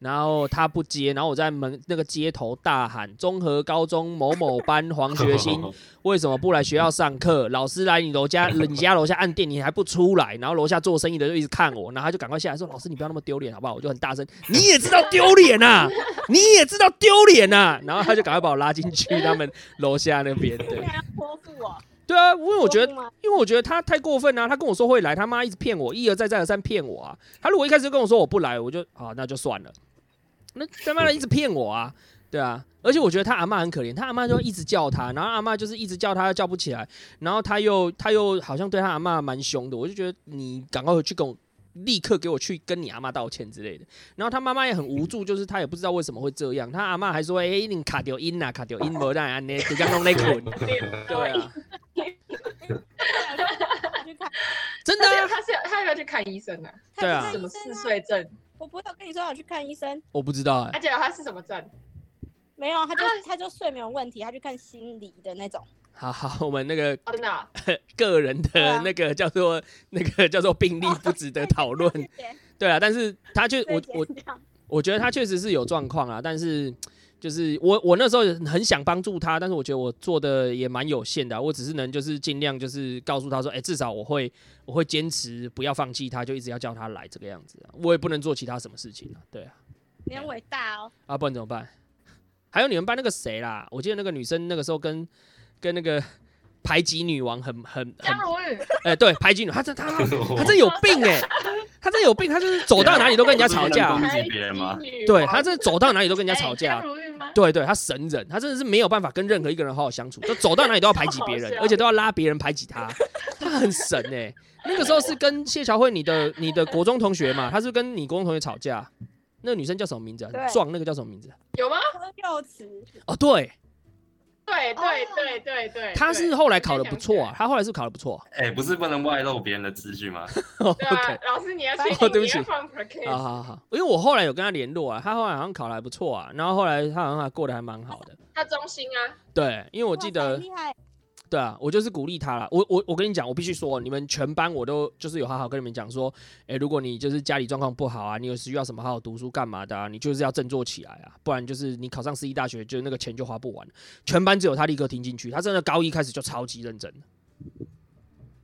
Speaker 1: 然后他不接，然后我在门那个街头大喊：“综合高中某某班黄 学兴为什么不来学校上课？老师来你楼家，你家楼下按电铃还不出来？”然后楼下做生意的就一直看我，然后他就赶快下来说：“老师，你不要那么丢脸好不好？”我就很大声：“你也知道丢脸呐，你也知道丢脸呐！”然后他就赶快把我拉进去他们楼下那边。对
Speaker 2: 竟然要泼妇哦！
Speaker 1: 对啊，因为我觉得
Speaker 2: 泼妇吗
Speaker 1: 因为我觉得他太过分了、啊他跟我说会来，他妈一直骗我，一而再再而三骗我啊！他如果一开始就跟我说我不来，我就啊那就算了，那他妈的一直骗我啊，对啊！而且我觉得他阿嬷很可怜，他阿嬷就一直叫他，然后阿嬷就是一直叫他叫不起来，然后他又他又好像对他阿嬷蛮凶的，我就觉得你赶快回去跟我。立刻给我去跟你阿嬷道歉之类的，然后他妈妈也很无助，就是他也不知道为什么会这样。他阿嬷还说：“哎、你卡掉音啊呐，卡掉音，无让安尼，就像弄内困。” 对啊，
Speaker 2: 啊他去看，
Speaker 1: 真的
Speaker 3: 他
Speaker 1: 啊、
Speaker 3: 是他是他要不要去看医生呢？
Speaker 2: 他
Speaker 1: 对啊
Speaker 2: 去
Speaker 3: 什
Speaker 2: 看
Speaker 3: 么
Speaker 2: 医
Speaker 3: 嗜
Speaker 2: 生啊！
Speaker 3: 睡症？
Speaker 2: 我不是有跟你说要去看医生？
Speaker 1: 我不知道哎、
Speaker 3: 而且他是什么症？
Speaker 2: 没有，他就他就睡眠有问题，他去看心理的那种。
Speaker 1: 好好，我们那个
Speaker 3: 哦真的啊，
Speaker 1: 个人
Speaker 2: 对
Speaker 1: 的
Speaker 2: 啊。
Speaker 1: 那个叫做那个 叫做病例不值得讨论
Speaker 2: 谢谢
Speaker 1: 对啊，但是他确我
Speaker 2: 谢谢
Speaker 1: 我
Speaker 2: 这样
Speaker 1: 我觉得他确实是有状况啊，但是就是我我那时候很想帮助他，但是我觉得我做的也蛮有限的啊、我只是能就是尽量就是告诉他说，哎、至少我会我会坚持不要放弃他，就一直要叫他来这个样子啊、我也不能做其他什么事情啊，对啊，
Speaker 2: 你很 伟大哦。
Speaker 1: 啊不然怎么办？还有你们班那个谁啦，我记得那个女生那个时候跟跟那个 排挤女王很很很
Speaker 5: 江，如玉，
Speaker 1: 哎、对，排挤女，她这她她真有病哎、她真有病，她就是走到哪里都跟人家吵架
Speaker 4: 不是，攻击别人吗
Speaker 3: 排挤女王
Speaker 1: 对
Speaker 5: 啊
Speaker 1: 她真的走到哪里都跟人
Speaker 5: 哎
Speaker 1: 家吵架
Speaker 5: 江，如玉吗？
Speaker 1: 对对，他神人，他真的是没有办法跟任何一个人好好相处，就走到哪里都要排挤别
Speaker 3: 好
Speaker 1: 人，
Speaker 3: 笑
Speaker 1: 而且都要拉别人排挤他，他很神哎、那个时候是跟谢乔慧你的你的国中同学嘛，他是跟你国中同学吵架，那个女生叫什么名字啊？
Speaker 2: 对
Speaker 1: 壮那个叫什么名字？
Speaker 3: 有吗？
Speaker 2: 柯佑慈，
Speaker 1: 哦，对，
Speaker 3: 对对
Speaker 5: 哦
Speaker 3: 对对对，
Speaker 1: 他是后来考的不错啊，他后来是考的不错。
Speaker 4: 哎、不是不能外露别人的资讯 吗？
Speaker 3: 对啊
Speaker 1: OK，
Speaker 3: 老师你要确
Speaker 1: 哦对不
Speaker 3: 定你
Speaker 1: 起啊
Speaker 3: 要放
Speaker 1: 好
Speaker 3: parkade，
Speaker 1: 好好，因为我后来有跟他联络啊，他后来好像考的还不错啊，然后后来他好像还过得还蛮好的。
Speaker 3: 他中心啊，
Speaker 1: 对，因为我记
Speaker 2: 哇
Speaker 1: 得
Speaker 2: 塞厉害，
Speaker 1: 对啊，我就是鼓励他啦。我我我跟你讲，我必须说，哦你们全班我都就是有好好跟你们讲说，诶、如果你就是家里状况不好啊，你有需要什么好好读书干嘛的啊，你就是要振作起来啊，不然就是你考上私立大学，就那个钱就花不完。全班只有他立刻听进去，他真的高一开始就超级认真，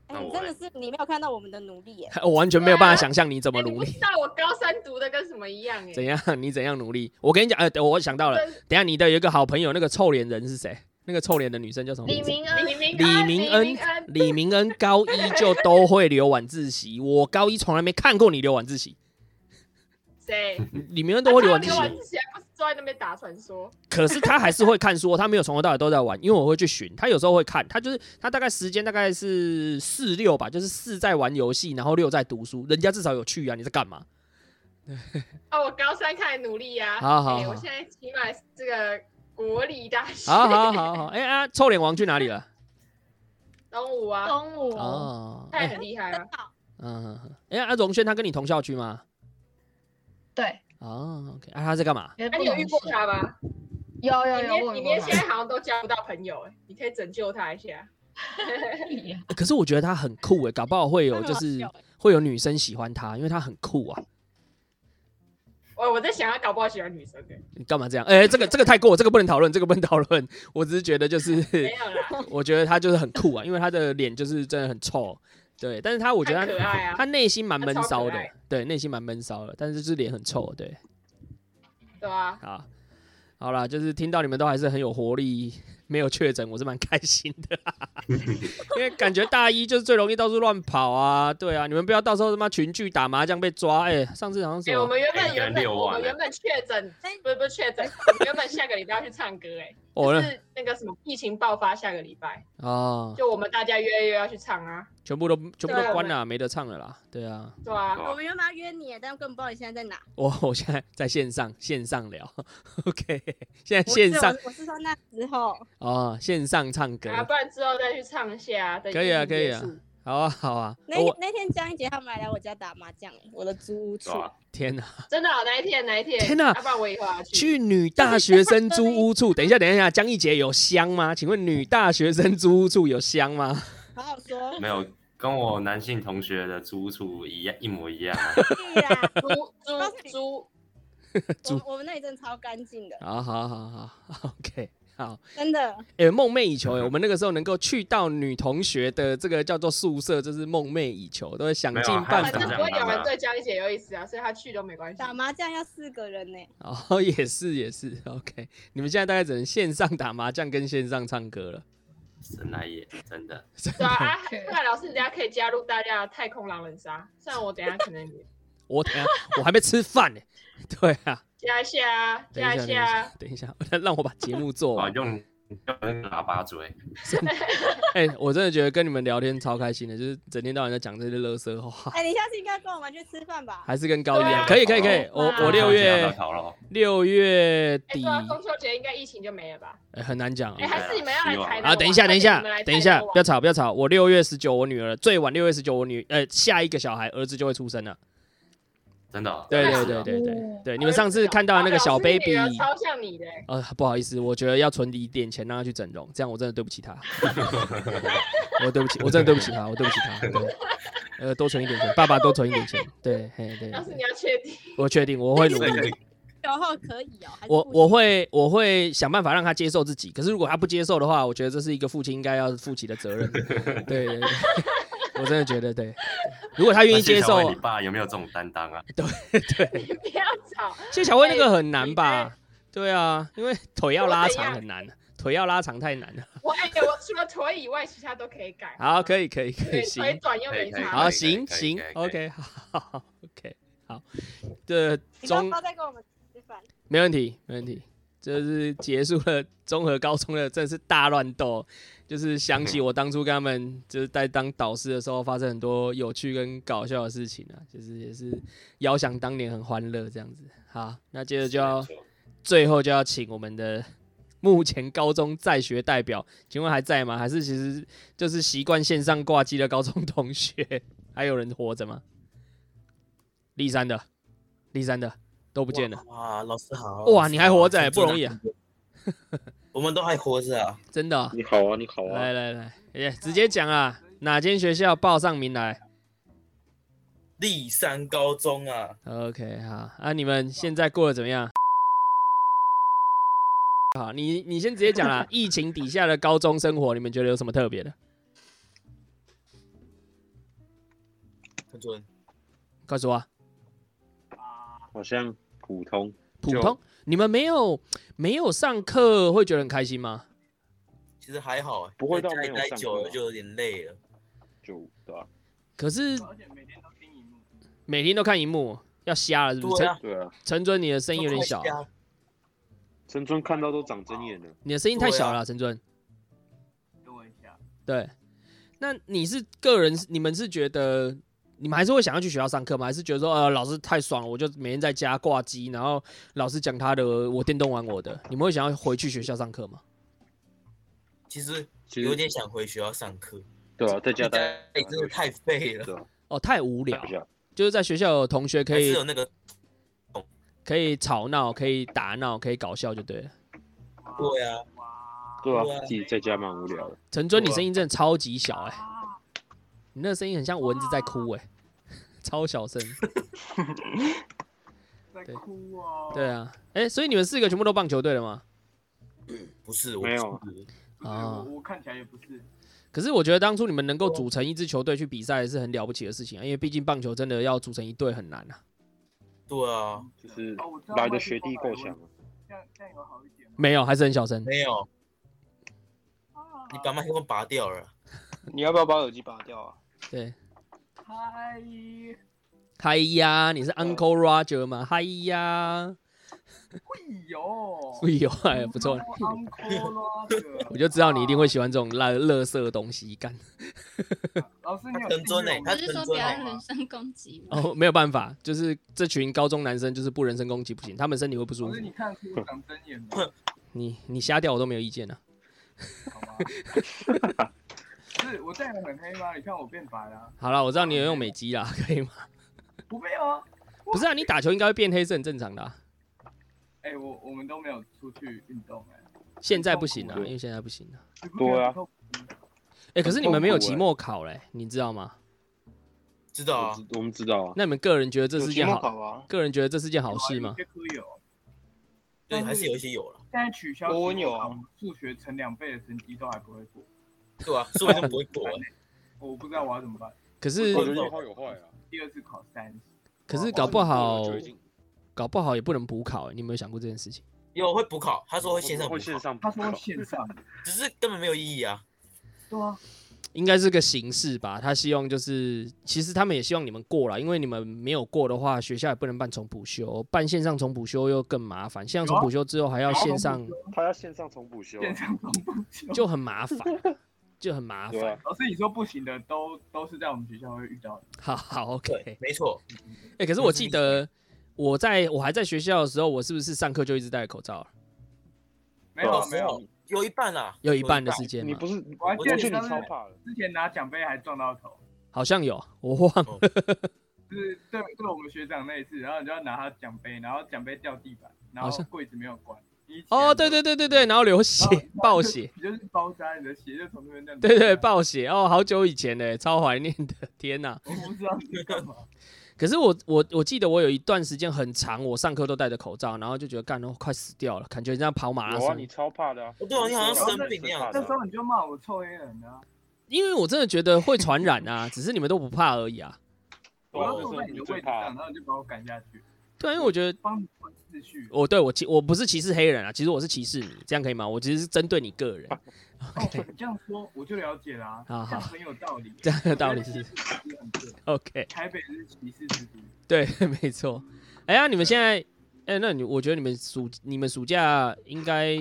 Speaker 2: 哎、
Speaker 4: 那
Speaker 2: 你
Speaker 4: 我
Speaker 2: 真
Speaker 4: 来
Speaker 2: 的是你没有看到我们的努力耶，
Speaker 1: 我完全没有办法想象你怎么
Speaker 3: 哎你
Speaker 1: 努
Speaker 3: 不
Speaker 1: 力
Speaker 3: 知，道我高三读的跟什么一样哎
Speaker 1: 怎，样 你怎样努力。我跟你讲，呃，等我想到了，等一下你的有一个好朋友，那个臭脸人是谁？那个臭脸的女生叫什么名
Speaker 5: 李
Speaker 1: 字？
Speaker 5: 明恩，
Speaker 3: 哎李
Speaker 1: 李
Speaker 3: 明
Speaker 1: 明
Speaker 3: 恩明
Speaker 1: 恩
Speaker 3: 恩，
Speaker 1: 李明恩高一就都会留晚自习，我高一从来没看过你留晚自习。
Speaker 3: 谁？啊
Speaker 1: 李明恩 都会留晚自
Speaker 3: 他
Speaker 1: 习
Speaker 3: 留，晚自习还不是坐在那边打传说？
Speaker 1: 可是他还是会看书，他没有从头到尾都在玩，因为我会去巡，他有时候会看，他就是他大概时间大概是四六吧，就是四在玩游戏，然后六在读书，人家至少有趣啊，你在干嘛？
Speaker 3: 哦，我高三开始努力呀、啊。
Speaker 1: 好好
Speaker 3: 哎
Speaker 1: 好
Speaker 3: 我现在起码这个国立大学
Speaker 1: 好好好好，哎、啊，臭脸王去哪里了？
Speaker 3: 东吴啊，
Speaker 5: 中午
Speaker 1: 哦，
Speaker 3: 他也
Speaker 1: 哎、
Speaker 3: 很厉害 啊
Speaker 2: 真。哦好，
Speaker 1: 嗯，哎、啊，荣轩他跟你同校区吗？
Speaker 5: 对，
Speaker 1: 哦，OK，啊，他在干嘛？
Speaker 5: 有
Speaker 3: 那、
Speaker 5: 点
Speaker 3: 你
Speaker 5: 不
Speaker 3: 有
Speaker 5: 能
Speaker 3: 遇过
Speaker 5: 信
Speaker 3: 他吗？
Speaker 5: 有有
Speaker 3: 你
Speaker 5: 有，哎啊我
Speaker 3: 连
Speaker 5: 有
Speaker 3: 你
Speaker 5: 遇
Speaker 3: 连
Speaker 5: 过
Speaker 3: 现在好像都交不到朋友哎、你可以拯救他一下。
Speaker 5: 他。
Speaker 1: 可是我觉得他很酷哎、搞不好会有就
Speaker 2: 他很
Speaker 1: 是
Speaker 3: 欸
Speaker 2: 好笑哎
Speaker 1: 会有女生喜欢他，因为他很酷啊。
Speaker 3: 我我在想，他搞不好喜欢女生的、
Speaker 1: 你干嘛这样？哎、这个这个太过，这个不能讨论，这个不能讨论。我只是觉得 就是。
Speaker 3: 没有 啦，
Speaker 1: 我觉得他就是很酷啊，因为他的脸就是真的很臭，对，但是他我觉得
Speaker 3: 很可
Speaker 1: 他、
Speaker 3: 爱啊
Speaker 1: 他内心蛮闷骚
Speaker 3: 他超可
Speaker 1: 的
Speaker 3: 爱，
Speaker 1: 对，内心蛮闷骚的，但是就是脸很臭，对，
Speaker 3: 对啊吧、
Speaker 1: 好，啊好啦，就是听到你们都还是很有活力，没有确诊，我是蛮开心的，因为感觉大一就是最容易到处乱跑啊，对啊，你们不要到时候他妈群聚打麻将被抓，哎、上次好像
Speaker 3: 哎、
Speaker 1: 什
Speaker 3: 我
Speaker 1: 么
Speaker 3: 们原
Speaker 4: 哎
Speaker 3: 本
Speaker 4: 一个人
Speaker 3: 原本
Speaker 4: 六
Speaker 3: 我
Speaker 4: 万
Speaker 3: 们
Speaker 4: 哎
Speaker 3: 原本确诊
Speaker 2: 哎，
Speaker 3: 不是不是确诊，我们原本下个礼拜要去唱歌哎、
Speaker 1: 哦
Speaker 3: 就
Speaker 1: 那
Speaker 3: 是那个什么疫情爆发下个礼拜，
Speaker 1: 哦，
Speaker 3: 就我们大家约约要去唱啊，
Speaker 1: 全部都全部
Speaker 3: 对
Speaker 1: 都
Speaker 3: 我
Speaker 1: 关
Speaker 3: 们
Speaker 1: 了啊，没得唱了啦，对啊，
Speaker 3: 对吧、
Speaker 4: 对
Speaker 3: 啊？
Speaker 4: 啊
Speaker 2: 我们原本要约你耶，但根本不知道你现在在哪。
Speaker 1: 我我现在在线上线上聊，OK，现
Speaker 2: 我
Speaker 1: 在线
Speaker 2: 是我
Speaker 1: 上
Speaker 2: 我是说那时候，
Speaker 1: 哦，线上唱歌，
Speaker 3: 啊，不然之后再去唱一下，等
Speaker 1: 可以啊
Speaker 3: 疫情结
Speaker 1: 可以啊
Speaker 3: 束
Speaker 1: 好啊，好啊，
Speaker 2: 那
Speaker 1: 我
Speaker 2: 那天江一杰他们还来我家打麻将耶，我的租屋处
Speaker 4: 对。吧、
Speaker 1: 天哪，
Speaker 3: 真的、哦，哪一天哪一天？
Speaker 1: 天哪
Speaker 3: 要、不然我以后要去。
Speaker 1: 去女大学生租屋 处，等一下，等一下，江一杰有香吗？请问女大学生租屋处有香吗？
Speaker 2: 好好 说，
Speaker 4: 没有，跟我男性同学的租处一样，一模一样、啊。
Speaker 2: 对啦，
Speaker 3: 猪
Speaker 2: 告诉
Speaker 3: 猪
Speaker 2: 你
Speaker 3: 猪，
Speaker 2: 我们我们那里真的超干净的，
Speaker 1: 好好好好，OK，好，
Speaker 2: 真的。
Speaker 1: 哎、梦寐以
Speaker 4: 嗯
Speaker 1: 求哎、我们那个时候能够去到女同学的这个叫做宿舍，就是梦寐以求，都会想尽办
Speaker 4: 没
Speaker 3: 反
Speaker 4: 有
Speaker 3: 正
Speaker 1: 法。
Speaker 3: 不会有人对江一姐有意思啊，所以她去都没关系。
Speaker 2: 打麻将要四个人呢，
Speaker 1: 哦，也是也是，OK，你们现在大概只能线上打麻将跟线上唱歌了。
Speaker 4: 神来也真的，
Speaker 3: 对啊， 啊
Speaker 5: 对
Speaker 3: 那老师，你等下可以加入大家的太空狼人杀，虽然我等下可能也
Speaker 1: 我等一下我还没吃饭呢、 对啊，
Speaker 3: 加一下啊，
Speaker 1: 等
Speaker 3: 加
Speaker 1: 一
Speaker 3: 一
Speaker 1: 下，等一
Speaker 3: 下
Speaker 1: 下
Speaker 3: 啊，，
Speaker 1: 等一下， 让我把节目做
Speaker 4: 哇，
Speaker 1: 完。
Speaker 4: 哦用用那个喇叭嘴，
Speaker 1: 啊哎、我真的觉得跟你们聊天超开心的，就是整天到晚在讲这些乐色话，
Speaker 2: 哎，你下次应该跟我们去吃饭吧？
Speaker 1: 还是跟高一
Speaker 3: 对
Speaker 1: 样，
Speaker 3: 啊
Speaker 1: 可以可以可以，我我
Speaker 3: 哇
Speaker 1: 六
Speaker 4: 要
Speaker 1: 月
Speaker 3: 啊
Speaker 4: 烤肉，
Speaker 1: 六月
Speaker 3: 哎，
Speaker 1: 底
Speaker 3: 对、啊，中秋节应该疫情就没了吧？
Speaker 1: 哎很难讲
Speaker 3: 哎，
Speaker 1: 啊。
Speaker 3: 还是你们要来台南
Speaker 1: 啊，
Speaker 3: 玩
Speaker 1: 等一下，等一下
Speaker 3: 你们来，
Speaker 1: 等一
Speaker 3: 台
Speaker 1: 下，
Speaker 3: 南玩
Speaker 1: 不要吵，不要吵。我六月十九，我女儿最晚六月十九，我女呃下一个小孩儿子就会出生了。
Speaker 4: 真的哦、
Speaker 1: 对
Speaker 3: 对
Speaker 1: 对
Speaker 3: 啊
Speaker 1: 对对对
Speaker 5: 哦
Speaker 1: 对，你们上次看到的那个小
Speaker 3: 老师你
Speaker 1: baby，
Speaker 3: 女儿超像你的欸，
Speaker 1: 呃，不好意思，我觉得要存一点钱让她去整容，这样我真的对不起她。 我对不起，我真的对不起她，我对不起她。对，呃，多存一点钱，爸爸多存一点钱。对，嘿对，
Speaker 3: 老师你要确定，
Speaker 1: 我确定我会努
Speaker 4: 所
Speaker 1: 力
Speaker 4: 以。可以
Speaker 2: 然后可以哦，还是
Speaker 1: 我
Speaker 2: 不行
Speaker 1: 我会我会想办法让他接受自己，可是如果他不接受的话，我觉得这是一个父亲应该要负起的责任。对对对，我真的觉得对。如果他愿意接
Speaker 4: 那谢小
Speaker 1: 受
Speaker 4: 慧你，爸有没有这种担当啊？
Speaker 1: 对，
Speaker 3: 你不要吵，
Speaker 1: 谢小薇那个很难吧？对啊，因为腿要拉长很难，腿要拉长太难了。
Speaker 3: 我哎、我除了腿以外，其他都可以改。
Speaker 1: 好，可以可以可以，
Speaker 3: 对，
Speaker 1: 行。
Speaker 3: 腿短又
Speaker 4: 可以
Speaker 3: 没
Speaker 4: 可以
Speaker 3: 差。
Speaker 1: 好，
Speaker 4: 可以
Speaker 1: 行
Speaker 4: 可以
Speaker 1: 行
Speaker 4: 可以可以
Speaker 1: ，OK，好 好好，OK，好，这
Speaker 2: 你不
Speaker 1: 中
Speaker 2: 要再跟我们吃饭，
Speaker 1: 没问题，没问题，这是结束了综合高中的，真的是大乱斗，就是想起我当初跟他们就是在当导师的时候，发生很多有趣跟搞笑的事情啊，就是也是遥想当年很欢乐这样子。好，那接着就要
Speaker 4: 没错
Speaker 1: 最后就要请我们的目前高中在学代表，请问还在吗？还是其实就是习惯线上挂机的高中同学，还有人活着吗？立山的，立山的都不见了，
Speaker 6: 哇，老师好。
Speaker 1: 哇你还活着
Speaker 6: 老师
Speaker 1: 不容易啊！
Speaker 6: 我们都还活着啊。
Speaker 1: 真的哦、
Speaker 7: 你好啊，你好啊
Speaker 1: 来，来来，也直接讲啊，哪间学校报上名来
Speaker 6: 立山高中啊，
Speaker 1: ？OK，好，啊，你们现在过得怎么样？好，你你先直接讲啦。疫情底下的高中生活，你们觉得有什么特别的？
Speaker 6: 很准。
Speaker 1: 快说啊！
Speaker 7: 好像普通，
Speaker 1: 普
Speaker 7: 就
Speaker 1: 通，你们没有没有上课会觉得很开心吗？
Speaker 6: 其实还好、欸，
Speaker 7: 不会到
Speaker 6: 在家
Speaker 7: 没有
Speaker 6: 里待
Speaker 7: 上
Speaker 6: 久
Speaker 7: 课
Speaker 6: 了
Speaker 7: 啊
Speaker 6: 就有点累了。
Speaker 7: 就对啊吧？
Speaker 1: 可是每天都看荧幕，要瞎了是不是？
Speaker 6: 对啊
Speaker 1: 陈，
Speaker 7: 对啊，
Speaker 1: 陈尊，你的声音有点小啊
Speaker 6: 都快，瞎了
Speaker 7: 陈春看到都长针眼了，
Speaker 1: 你的声音太小
Speaker 6: 啊
Speaker 1: 了，啊陈尊。对，那你是个人，你们是觉得你们还是会想要去学校上课吗？还是觉得说，呃，老师太爽了，我就每天在家挂机，然后老师讲他的，我电动玩我的，你们会想要回去学校上课吗？
Speaker 6: 其实
Speaker 7: 其
Speaker 6: 有
Speaker 7: 实
Speaker 6: 点想回学校上课，
Speaker 7: 对啊，在家待
Speaker 6: 在家里真的太废了，
Speaker 7: 对啊，
Speaker 1: 哦，太无
Speaker 7: 待
Speaker 1: 聊
Speaker 7: 不，下，
Speaker 1: 就是在学校有同学可
Speaker 6: 还是
Speaker 1: 以
Speaker 6: 有那个
Speaker 1: 可以吵闹，可以打闹，可以搞笑就对了。
Speaker 6: 对啊，
Speaker 7: 对
Speaker 6: 对啊
Speaker 7: 啊，自己在家蛮无聊的，
Speaker 1: 陈尊，
Speaker 6: 对
Speaker 1: 你
Speaker 6: 啊
Speaker 1: 声音真的超级小哎、你那个声音很像蚊子在哭哎、 超小声。
Speaker 8: 在
Speaker 1: 对
Speaker 8: 哭哦。
Speaker 1: 对啊，哎、所以你们四个全部都棒球队了吗？
Speaker 6: 不是，我
Speaker 7: 没有
Speaker 6: 不是
Speaker 8: 不是
Speaker 1: 啊
Speaker 8: 我我看起来也不是。
Speaker 1: 可是我觉得当初你们能够组成一支球队去比赛是很了不起的事情啊，因为毕竟棒球真的要组成一队很难啊。
Speaker 6: 对啊，
Speaker 7: 就是
Speaker 8: 哦我知道
Speaker 7: 来的
Speaker 8: 外地
Speaker 7: 学弟
Speaker 8: 过
Speaker 7: 够
Speaker 8: 来
Speaker 7: 强啊，
Speaker 8: 这样这样有好一点吗？
Speaker 1: 没有，还是很小声。
Speaker 6: 没有，
Speaker 8: 啊
Speaker 6: 你把麦克风拔掉了，
Speaker 9: 你要不要把耳机拔掉啊？
Speaker 1: 对，
Speaker 8: 嗨，
Speaker 1: 嗨呀，你是 Uncle Roger 吗？嗨呀，
Speaker 8: 会有。
Speaker 1: 哎呦， 哎，不错， 我就知道你一定
Speaker 8: 啊
Speaker 1: 会喜欢这种烂乐色东西干。
Speaker 8: 老师，你
Speaker 6: 他
Speaker 8: 有
Speaker 6: 成尊
Speaker 8: 订阅
Speaker 6: 欸他
Speaker 8: 我们
Speaker 6: 他
Speaker 10: 不
Speaker 6: 成
Speaker 10: 是说不
Speaker 6: 尊
Speaker 10: 要
Speaker 6: 欸
Speaker 10: 人身攻击吗？
Speaker 1: 哦，没有办法，就是这群高中男生就是不人身攻击不行，他们身体会不舒
Speaker 8: 老
Speaker 1: 服
Speaker 8: 师，。你看出我长针眼吗？
Speaker 1: 你你瞎掉我都没有意见啊。
Speaker 8: 好吗？ 是我戴的很黑吗？你看我变白了。
Speaker 1: 好了，我知道你有用美肌啦， 可以吗？
Speaker 8: 我没有啊。
Speaker 1: 不是啊，你打球应该会变黑是很正常的啊、
Speaker 8: 哎，我我们都没有出去运动哎。
Speaker 1: 现在不行啊，因为现在不行啊。
Speaker 8: 你不觉得
Speaker 7: 对啊
Speaker 8: 很痛苦
Speaker 1: 哎、可是你们没有期末考嘞、你知道吗？
Speaker 6: 知道
Speaker 7: 我
Speaker 6: 啊，
Speaker 7: 知我们知道啊，
Speaker 1: 那你们个人觉得这
Speaker 9: 有
Speaker 1: 是
Speaker 9: 期
Speaker 1: 件
Speaker 9: 末
Speaker 1: 好，
Speaker 9: 考啊，
Speaker 1: 个人觉得这是件好事
Speaker 8: 有啊有
Speaker 1: 吗？
Speaker 8: 些科有，
Speaker 6: 对，还是有一些有了，
Speaker 8: 现在取消
Speaker 9: 我有啊
Speaker 8: 期末考，数学乘两倍的成绩都还不会过，
Speaker 6: 对啊，所以我就不会过欸，
Speaker 8: 我不知道我要怎么办。
Speaker 1: 可是
Speaker 7: 我觉得有好有坏啊，
Speaker 8: 第二次考三十，
Speaker 1: 可是搞不好
Speaker 7: 我啊就已经
Speaker 1: 搞不好也不能补考、欸，你有没有想过这件事情？
Speaker 6: 有会补考，他说会线上补
Speaker 7: 会
Speaker 6: 考
Speaker 7: 线，上补
Speaker 8: 他
Speaker 7: 考
Speaker 8: 说，线上，
Speaker 6: 只是根本没有意义啊，
Speaker 8: 对啊，
Speaker 1: 应该是个形式吧。他希望就是，其实他们也希望你们过了，因为你们没有过的话，学校也不能办重补修，办线上重补修又更麻烦。线上重补修之后还要线上，
Speaker 7: 他要线上重补修啊，
Speaker 8: 线上公布就。
Speaker 1: 就很麻烦，就很麻
Speaker 7: 对
Speaker 1: 烦。
Speaker 7: 啊，
Speaker 8: 老师，你说不行的都都是在我们学校会遇到的。
Speaker 1: 好好
Speaker 6: 对
Speaker 1: ，OK，。
Speaker 6: 没错，
Speaker 1: 哎、可是我记得我在我还在学校的时候，我是不是上课就一直戴口罩？啊
Speaker 8: 没有
Speaker 6: 老
Speaker 8: 啊
Speaker 6: 师
Speaker 8: 没有，
Speaker 6: 有一半啊，
Speaker 1: 有一半的时间
Speaker 7: 你
Speaker 1: 吗？
Speaker 7: 不是，
Speaker 8: 我还
Speaker 7: 我
Speaker 8: 记得
Speaker 7: 觉
Speaker 8: 你
Speaker 7: 得
Speaker 8: 上
Speaker 7: 你
Speaker 8: 次
Speaker 7: 超怕的，
Speaker 8: 之前拿奖杯还撞到头，
Speaker 1: 好像有，我忘了。
Speaker 8: 就是对对我们学长那一次，然后你就要拿他奖杯，然后奖杯掉地板，然
Speaker 1: 好
Speaker 8: 后
Speaker 1: 像
Speaker 8: 柜子没有关。你一起来
Speaker 1: 哦，对对对对对，然后流血
Speaker 8: 然后然后
Speaker 1: 爆
Speaker 8: 就
Speaker 1: 血，
Speaker 8: 你就是包扎你的血，就从那边这样。
Speaker 1: 对对，暴血哦，好久以前嘞，超怀念的，天呐！
Speaker 8: 我不知道你在 干嘛。
Speaker 1: 可是我我我记得我有一段时间很长，我上课都戴着口罩，然后就觉得干，我快死掉了，感觉像跑马拉
Speaker 7: 有啊，
Speaker 1: 松
Speaker 7: 你，超怕的啊，
Speaker 6: 对啊你好像生病那样
Speaker 8: 那
Speaker 6: 子
Speaker 8: 时候你就骂我臭黑人啊！
Speaker 1: 因为我真的觉得会传染啊，只是你们都不怕而已啊。
Speaker 7: 对啊
Speaker 8: 我要坐在你
Speaker 7: 你
Speaker 8: 的
Speaker 7: 最
Speaker 8: 位置
Speaker 7: 怕
Speaker 8: 上，
Speaker 7: 啊
Speaker 8: 然，后你就把我赶下去。
Speaker 1: 对，因为我觉得
Speaker 8: 帮你管秩序。
Speaker 1: 我对我歧我不是歧视黑人啊，其实我是歧视你，这样可以吗？我其实是针对你个人，
Speaker 8: 哦，你这样说我就了解啦，这
Speaker 1: 好好
Speaker 8: 样很有道理。
Speaker 1: 这样的道理是
Speaker 8: 我觉得很对
Speaker 1: OK。
Speaker 8: 台北是歧视之都，
Speaker 1: 对， 没错。哎呀，你们现在，哎、那你我觉得你们暑你们暑假应该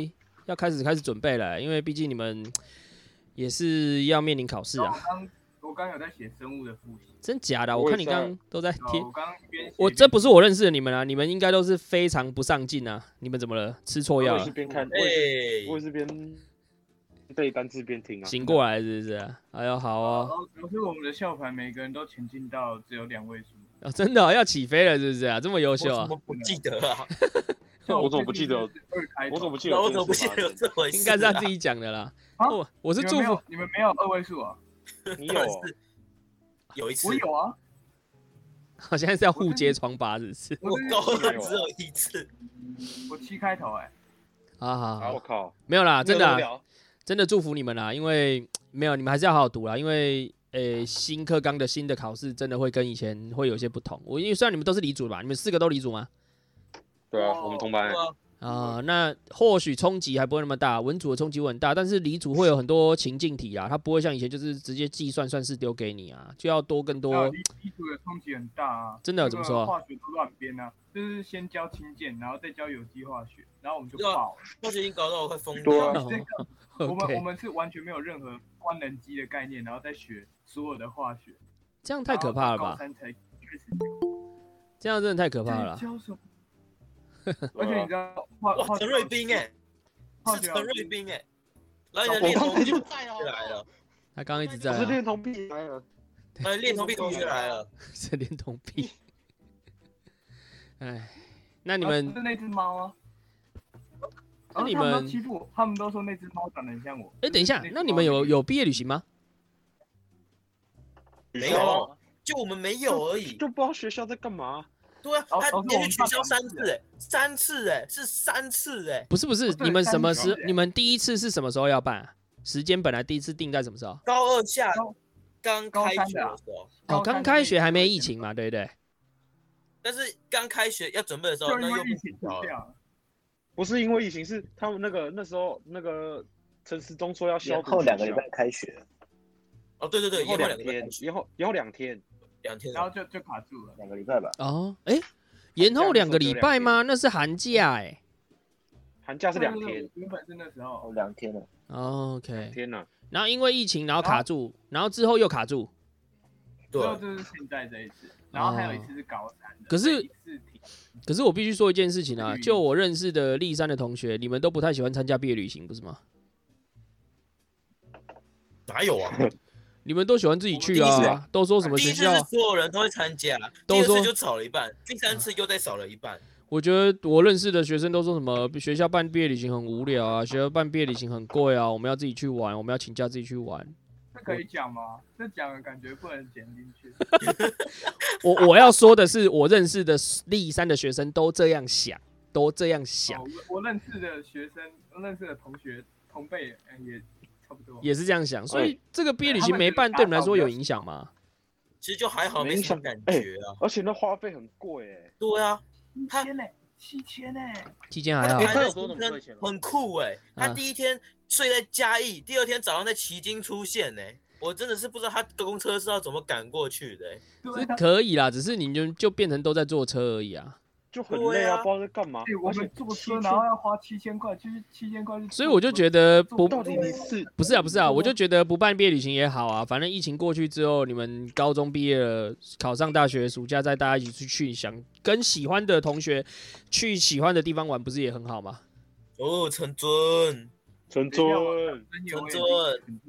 Speaker 1: 要开始开始准备了，因为毕竟你们也是要面临考试
Speaker 8: 然后
Speaker 1: 啊。
Speaker 8: 我刚我刚有在写生物的复习，
Speaker 1: 真假的啊、
Speaker 7: 我
Speaker 1: 我看
Speaker 7: 也
Speaker 1: 你
Speaker 7: 在
Speaker 1: 刚刚都在
Speaker 8: 然
Speaker 1: 贴
Speaker 8: 后。我刚刚一边写
Speaker 1: 我
Speaker 8: 一边
Speaker 1: 这不是我认识的你们啊，你们应该都是非常不上进啊！你们怎么了？吃错
Speaker 7: 我
Speaker 1: 药
Speaker 7: 也
Speaker 1: 了
Speaker 7: 是？边看，我也是
Speaker 6: 哦
Speaker 7: 我也
Speaker 6: 哎，
Speaker 7: 是边背单词边听啊。
Speaker 1: 醒过来是不是啊？哎呦，好哦，
Speaker 8: 哦，可是我们的校牌每个人都前进到只有两 位数，
Speaker 1: 哦真的哦、要起飞了是不是啊？这么优秀
Speaker 6: 我
Speaker 1: 啊
Speaker 6: 怎么，不记得啊？
Speaker 8: 像
Speaker 7: 我怎么不记得
Speaker 8: 二开头
Speaker 7: 我怎么不记得
Speaker 6: 那
Speaker 7: 有
Speaker 6: 我怎
Speaker 7: 啊这
Speaker 6: 么
Speaker 7: 个
Speaker 6: 不
Speaker 7: 事
Speaker 6: 记
Speaker 7: 发
Speaker 6: 得有
Speaker 7: 生？
Speaker 6: 这回事？
Speaker 1: 应该是他自己讲的啦。
Speaker 8: 啊
Speaker 1: 我我是
Speaker 8: 你们
Speaker 1: 祝
Speaker 8: 没
Speaker 1: 福
Speaker 8: 有，你们没有二位数啊？
Speaker 7: 你
Speaker 6: 有
Speaker 7: 有哦？
Speaker 6: 有一次
Speaker 8: 我，有啊，
Speaker 1: 好像是要互揭疮疤是不是？
Speaker 6: 我
Speaker 8: 是
Speaker 6: 高二只有一次，
Speaker 8: 我七开头哎、
Speaker 1: 好好好，
Speaker 7: 我靠！
Speaker 1: 没有啦，真的啊、
Speaker 6: 没有那么聊
Speaker 1: 真的祝福你们啦，因为没有你们还是要好好读啦，因为呃新课纲的新的考试真的会跟以前会有一些不同。我因为虽然你们都是离组吧，你们四个都离组吗？
Speaker 7: 对啊，我们同班
Speaker 6: 对。啊
Speaker 1: 啊、那或许冲击还不会那么大，文组的冲击会很大，但是理组会有很多情境题啊，它不会像以前就是直接计算算式丢给你啊，就要多更
Speaker 8: 欸，
Speaker 1: 多
Speaker 8: 离离组的冲击很大啊。
Speaker 1: 真的
Speaker 8: 那
Speaker 1: 怎么
Speaker 8: 个
Speaker 1: 说啊
Speaker 8: 化学都乱编啊，就是先教氢键，然后再教有机化学，然后我们就
Speaker 6: 对啊
Speaker 8: 爆了。
Speaker 6: 我已经搞到我快疯
Speaker 7: 对
Speaker 6: 掉
Speaker 1: 哦
Speaker 7: 啊
Speaker 6: 了。
Speaker 8: 这个我们我
Speaker 1: OK，
Speaker 8: 们是完全没有任何官能机的概念，然后再学所有的化学，
Speaker 1: 这样太可怕了
Speaker 8: 然后到高
Speaker 1: 吧？
Speaker 8: 三才开始
Speaker 1: 这样真的太可怕了啦。
Speaker 8: 教什么？
Speaker 7: 对
Speaker 8: 而
Speaker 7: 啊
Speaker 8: 且你知道化
Speaker 6: 哇，
Speaker 8: 化学
Speaker 6: 陈瑞斌哎，
Speaker 8: 化
Speaker 6: 是
Speaker 8: 学啊
Speaker 6: 陈瑞斌哎，然后你的
Speaker 9: 我
Speaker 6: 恋
Speaker 9: 刚
Speaker 6: 童
Speaker 9: 才
Speaker 6: 癖
Speaker 9: 就在了，好
Speaker 6: 就
Speaker 9: 不
Speaker 6: 来
Speaker 9: 好
Speaker 6: 了，
Speaker 1: 他刚刚一直在、
Speaker 7: 我是
Speaker 1: 啊，
Speaker 7: 恋童癖来了。
Speaker 6: 呃，恋童癖同学来了，
Speaker 1: 是连同屁。哎，那你
Speaker 8: 你
Speaker 1: 们
Speaker 8: 是那只猫啊？
Speaker 1: 那
Speaker 8: 然后
Speaker 1: 你
Speaker 8: 他们
Speaker 1: 们
Speaker 8: 都欺负我，他们都说那只猫长得很像我。
Speaker 1: 哎、等一下
Speaker 8: 就，是
Speaker 1: 那
Speaker 8: 只
Speaker 1: 你们
Speaker 8: 猫
Speaker 1: 有有毕业旅行吗？
Speaker 6: 没
Speaker 7: 学校
Speaker 6: 有，就我们没有而已。
Speaker 7: 就不知道学校在干嘛。
Speaker 6: 对啊，
Speaker 8: 哦
Speaker 6: 他
Speaker 8: 哦是我
Speaker 6: 连
Speaker 8: 们
Speaker 6: 续取
Speaker 8: 爸
Speaker 6: 消
Speaker 8: 爸
Speaker 6: 三
Speaker 8: 妈妈
Speaker 6: 次哎，三次哎，是三次哎，
Speaker 1: 不是不是，
Speaker 8: 对
Speaker 1: 你们
Speaker 8: 三
Speaker 1: 什么
Speaker 8: 十
Speaker 1: 时
Speaker 8: 九？
Speaker 1: 你们第一次是什么时候要办、啊？时间本来第一次定在什么时候？
Speaker 6: 高二下
Speaker 8: 高
Speaker 6: 刚
Speaker 8: 高
Speaker 6: 开
Speaker 8: 三
Speaker 6: 学
Speaker 8: 的
Speaker 6: 的
Speaker 8: 啊
Speaker 6: 时候，
Speaker 1: 哦，
Speaker 8: 高三
Speaker 1: 刚
Speaker 8: 的
Speaker 1: 开
Speaker 8: 那
Speaker 1: 学
Speaker 8: 一
Speaker 1: 还没
Speaker 8: 段
Speaker 1: 疫
Speaker 8: 时
Speaker 1: 情嘛，对不对？
Speaker 6: 但是刚开学要准备的时候，
Speaker 8: 就
Speaker 6: 那
Speaker 8: 因
Speaker 6: 又
Speaker 8: 为
Speaker 6: 不
Speaker 8: 疫情
Speaker 6: 好
Speaker 8: 这
Speaker 6: 了。
Speaker 8: 样，
Speaker 7: 不是因为疫情，是他们那个那时候那个陈时中说要消
Speaker 9: 延
Speaker 7: 毒
Speaker 9: 后两个
Speaker 7: 学
Speaker 9: 礼
Speaker 7: 校
Speaker 9: 拜开学，
Speaker 6: 哦，对对对，
Speaker 7: 延后
Speaker 6: 延后两
Speaker 7: 两
Speaker 6: 个礼拜
Speaker 7: 天
Speaker 6: 开，学
Speaker 7: 延后延后两天，
Speaker 6: 两天
Speaker 8: 然后
Speaker 6: 了，
Speaker 8: 就就卡住了。
Speaker 9: 两个礼拜吧。
Speaker 1: 哦，哎、延后两个礼拜吗？那是寒假哎、
Speaker 7: 寒假是两天，，
Speaker 8: 原本是那时候
Speaker 9: 哦，。两天了。
Speaker 1: 哦 OK，
Speaker 7: 天呐，
Speaker 1: 然后因为疫情，然后
Speaker 8: 然
Speaker 1: 卡
Speaker 8: 后
Speaker 1: 住，然后之后又卡住。
Speaker 8: 最后
Speaker 6: 对，啊
Speaker 8: 就是现在这一次，然后还有一次是高三的，
Speaker 1: 可是
Speaker 8: 这一次挺
Speaker 1: 可是我必须说一件事情啊，
Speaker 8: 嗯
Speaker 1: 就我认识的立山的同学，你们都不太喜欢参加毕业旅行，不是吗？
Speaker 6: 哪有啊？
Speaker 1: 你们都喜欢自己
Speaker 8: 我们
Speaker 1: 去
Speaker 6: 第一次
Speaker 1: 啊，都说什么
Speaker 6: 第
Speaker 1: 学
Speaker 6: 一次是
Speaker 1: 校？
Speaker 6: 所有人都会参加，第
Speaker 1: 都
Speaker 6: 二次
Speaker 1: 说
Speaker 6: 就少了一半，第三次又再少了一半。
Speaker 1: 我觉得我认识的学生都说什么学校办毕业旅行很无聊啊，学校办毕业旅行很贵啊，我们要自己去玩，我们要请假自己去玩。
Speaker 8: 这可以讲吗？这讲的感觉不能剪进去。
Speaker 1: 我我要说的是，我认识的立山的学生都这样想，都这样想
Speaker 8: 哦，我我认识的学生，认识的同学同辈呃也差不多。
Speaker 1: 也是这样想，所以
Speaker 7: 哎
Speaker 1: 这个毕业旅
Speaker 8: 他
Speaker 1: 行
Speaker 8: 们
Speaker 1: 没
Speaker 8: 觉得
Speaker 1: 办，
Speaker 8: 打
Speaker 1: 对你们来
Speaker 8: 扫
Speaker 1: 说
Speaker 8: 比较
Speaker 1: 有影响吗？
Speaker 6: 其实就还好，
Speaker 7: 没
Speaker 6: 没什么
Speaker 7: 想
Speaker 6: 感
Speaker 7: 哎
Speaker 6: 觉啊。
Speaker 7: 而且那花费很贵哎，
Speaker 6: 对啊，
Speaker 8: 七
Speaker 6: 他
Speaker 8: 千呢，七千呢，
Speaker 1: 期间
Speaker 6: 他
Speaker 1: 还
Speaker 6: 的
Speaker 1: 好
Speaker 7: 哎
Speaker 6: 台
Speaker 7: 他有
Speaker 6: 南
Speaker 7: 多那
Speaker 6: 新
Speaker 7: 么多钱
Speaker 6: 生
Speaker 7: 吗
Speaker 6: 很酷哎、他
Speaker 1: 嗯
Speaker 6: 第一天睡在嘉义，第二天早上在旗津出现哎、我真的是不知道他公车是要怎么赶过去的、欸。
Speaker 8: 对
Speaker 1: 是
Speaker 8: 啊，
Speaker 1: 可以啦，只是你就就变成都在坐车而已啊。
Speaker 7: 就很累
Speaker 6: 对啊
Speaker 7: 啊，不知道在干嘛
Speaker 8: 哎。我
Speaker 7: 而且
Speaker 8: 们坐车
Speaker 7: 七千
Speaker 8: 然后要花七千块，就是七千块去坐车，
Speaker 1: 所以我就觉得不
Speaker 7: 到底你是
Speaker 1: 不
Speaker 6: 嗯
Speaker 1: 是啊不是啊，我就觉得不办毕业旅行也好啊，反正疫情过去之后，你们高中毕业了，考上大学，暑假再大家一起出去，想跟喜欢的同学去喜欢的地方玩，不是也很好吗？
Speaker 6: 哦，陈尊，
Speaker 7: 陈
Speaker 8: 等一下我
Speaker 7: 尊，
Speaker 8: 真有
Speaker 6: 坐车
Speaker 8: 很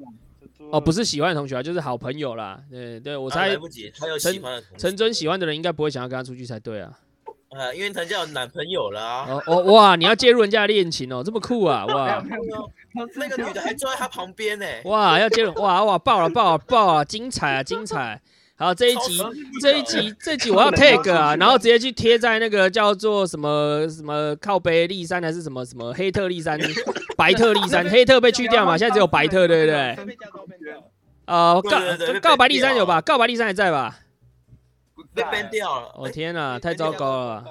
Speaker 8: 重
Speaker 1: 哦，不是喜欢的同学啊，就是好朋友啦。对对，我
Speaker 6: 我
Speaker 1: 猜
Speaker 6: 嗯啊来不及，他有喜欢的同学
Speaker 1: 陈真喜欢的人应该不会想要跟他出去才对啊。
Speaker 6: 啊，因为他家有男朋友啊啦。
Speaker 1: 哦哦哇， 你要介入人家的恋情哦，这么酷 啊哇
Speaker 8: 没有没有，
Speaker 6: 那个女的还坐在他旁边呢、
Speaker 1: 哇，要介入哇哇爆了爆了爆了，精彩啊精彩！好这一
Speaker 6: 超
Speaker 1: 集
Speaker 6: 神秘的
Speaker 1: 这一 集这一集我要 tag 啊，然后直接去贴在那个叫做什么什么靠背立山还是什么什么黑特立 山、白特立山，黑特被去掉嘛，现在只有白特对不对？
Speaker 9: 被加高被加高
Speaker 1: 呃，
Speaker 6: 对
Speaker 1: 告
Speaker 6: 对对被
Speaker 1: 告白立
Speaker 6: ban
Speaker 1: 山
Speaker 6: 掉啊
Speaker 1: 有吧？告白立山还在吧？
Speaker 8: 不
Speaker 6: 被
Speaker 8: 在
Speaker 6: ban 掉了。
Speaker 1: 哦
Speaker 6: 哎
Speaker 1: 天哪，太
Speaker 6: 被 ban
Speaker 1: 糟
Speaker 6: 掉
Speaker 1: 糕了！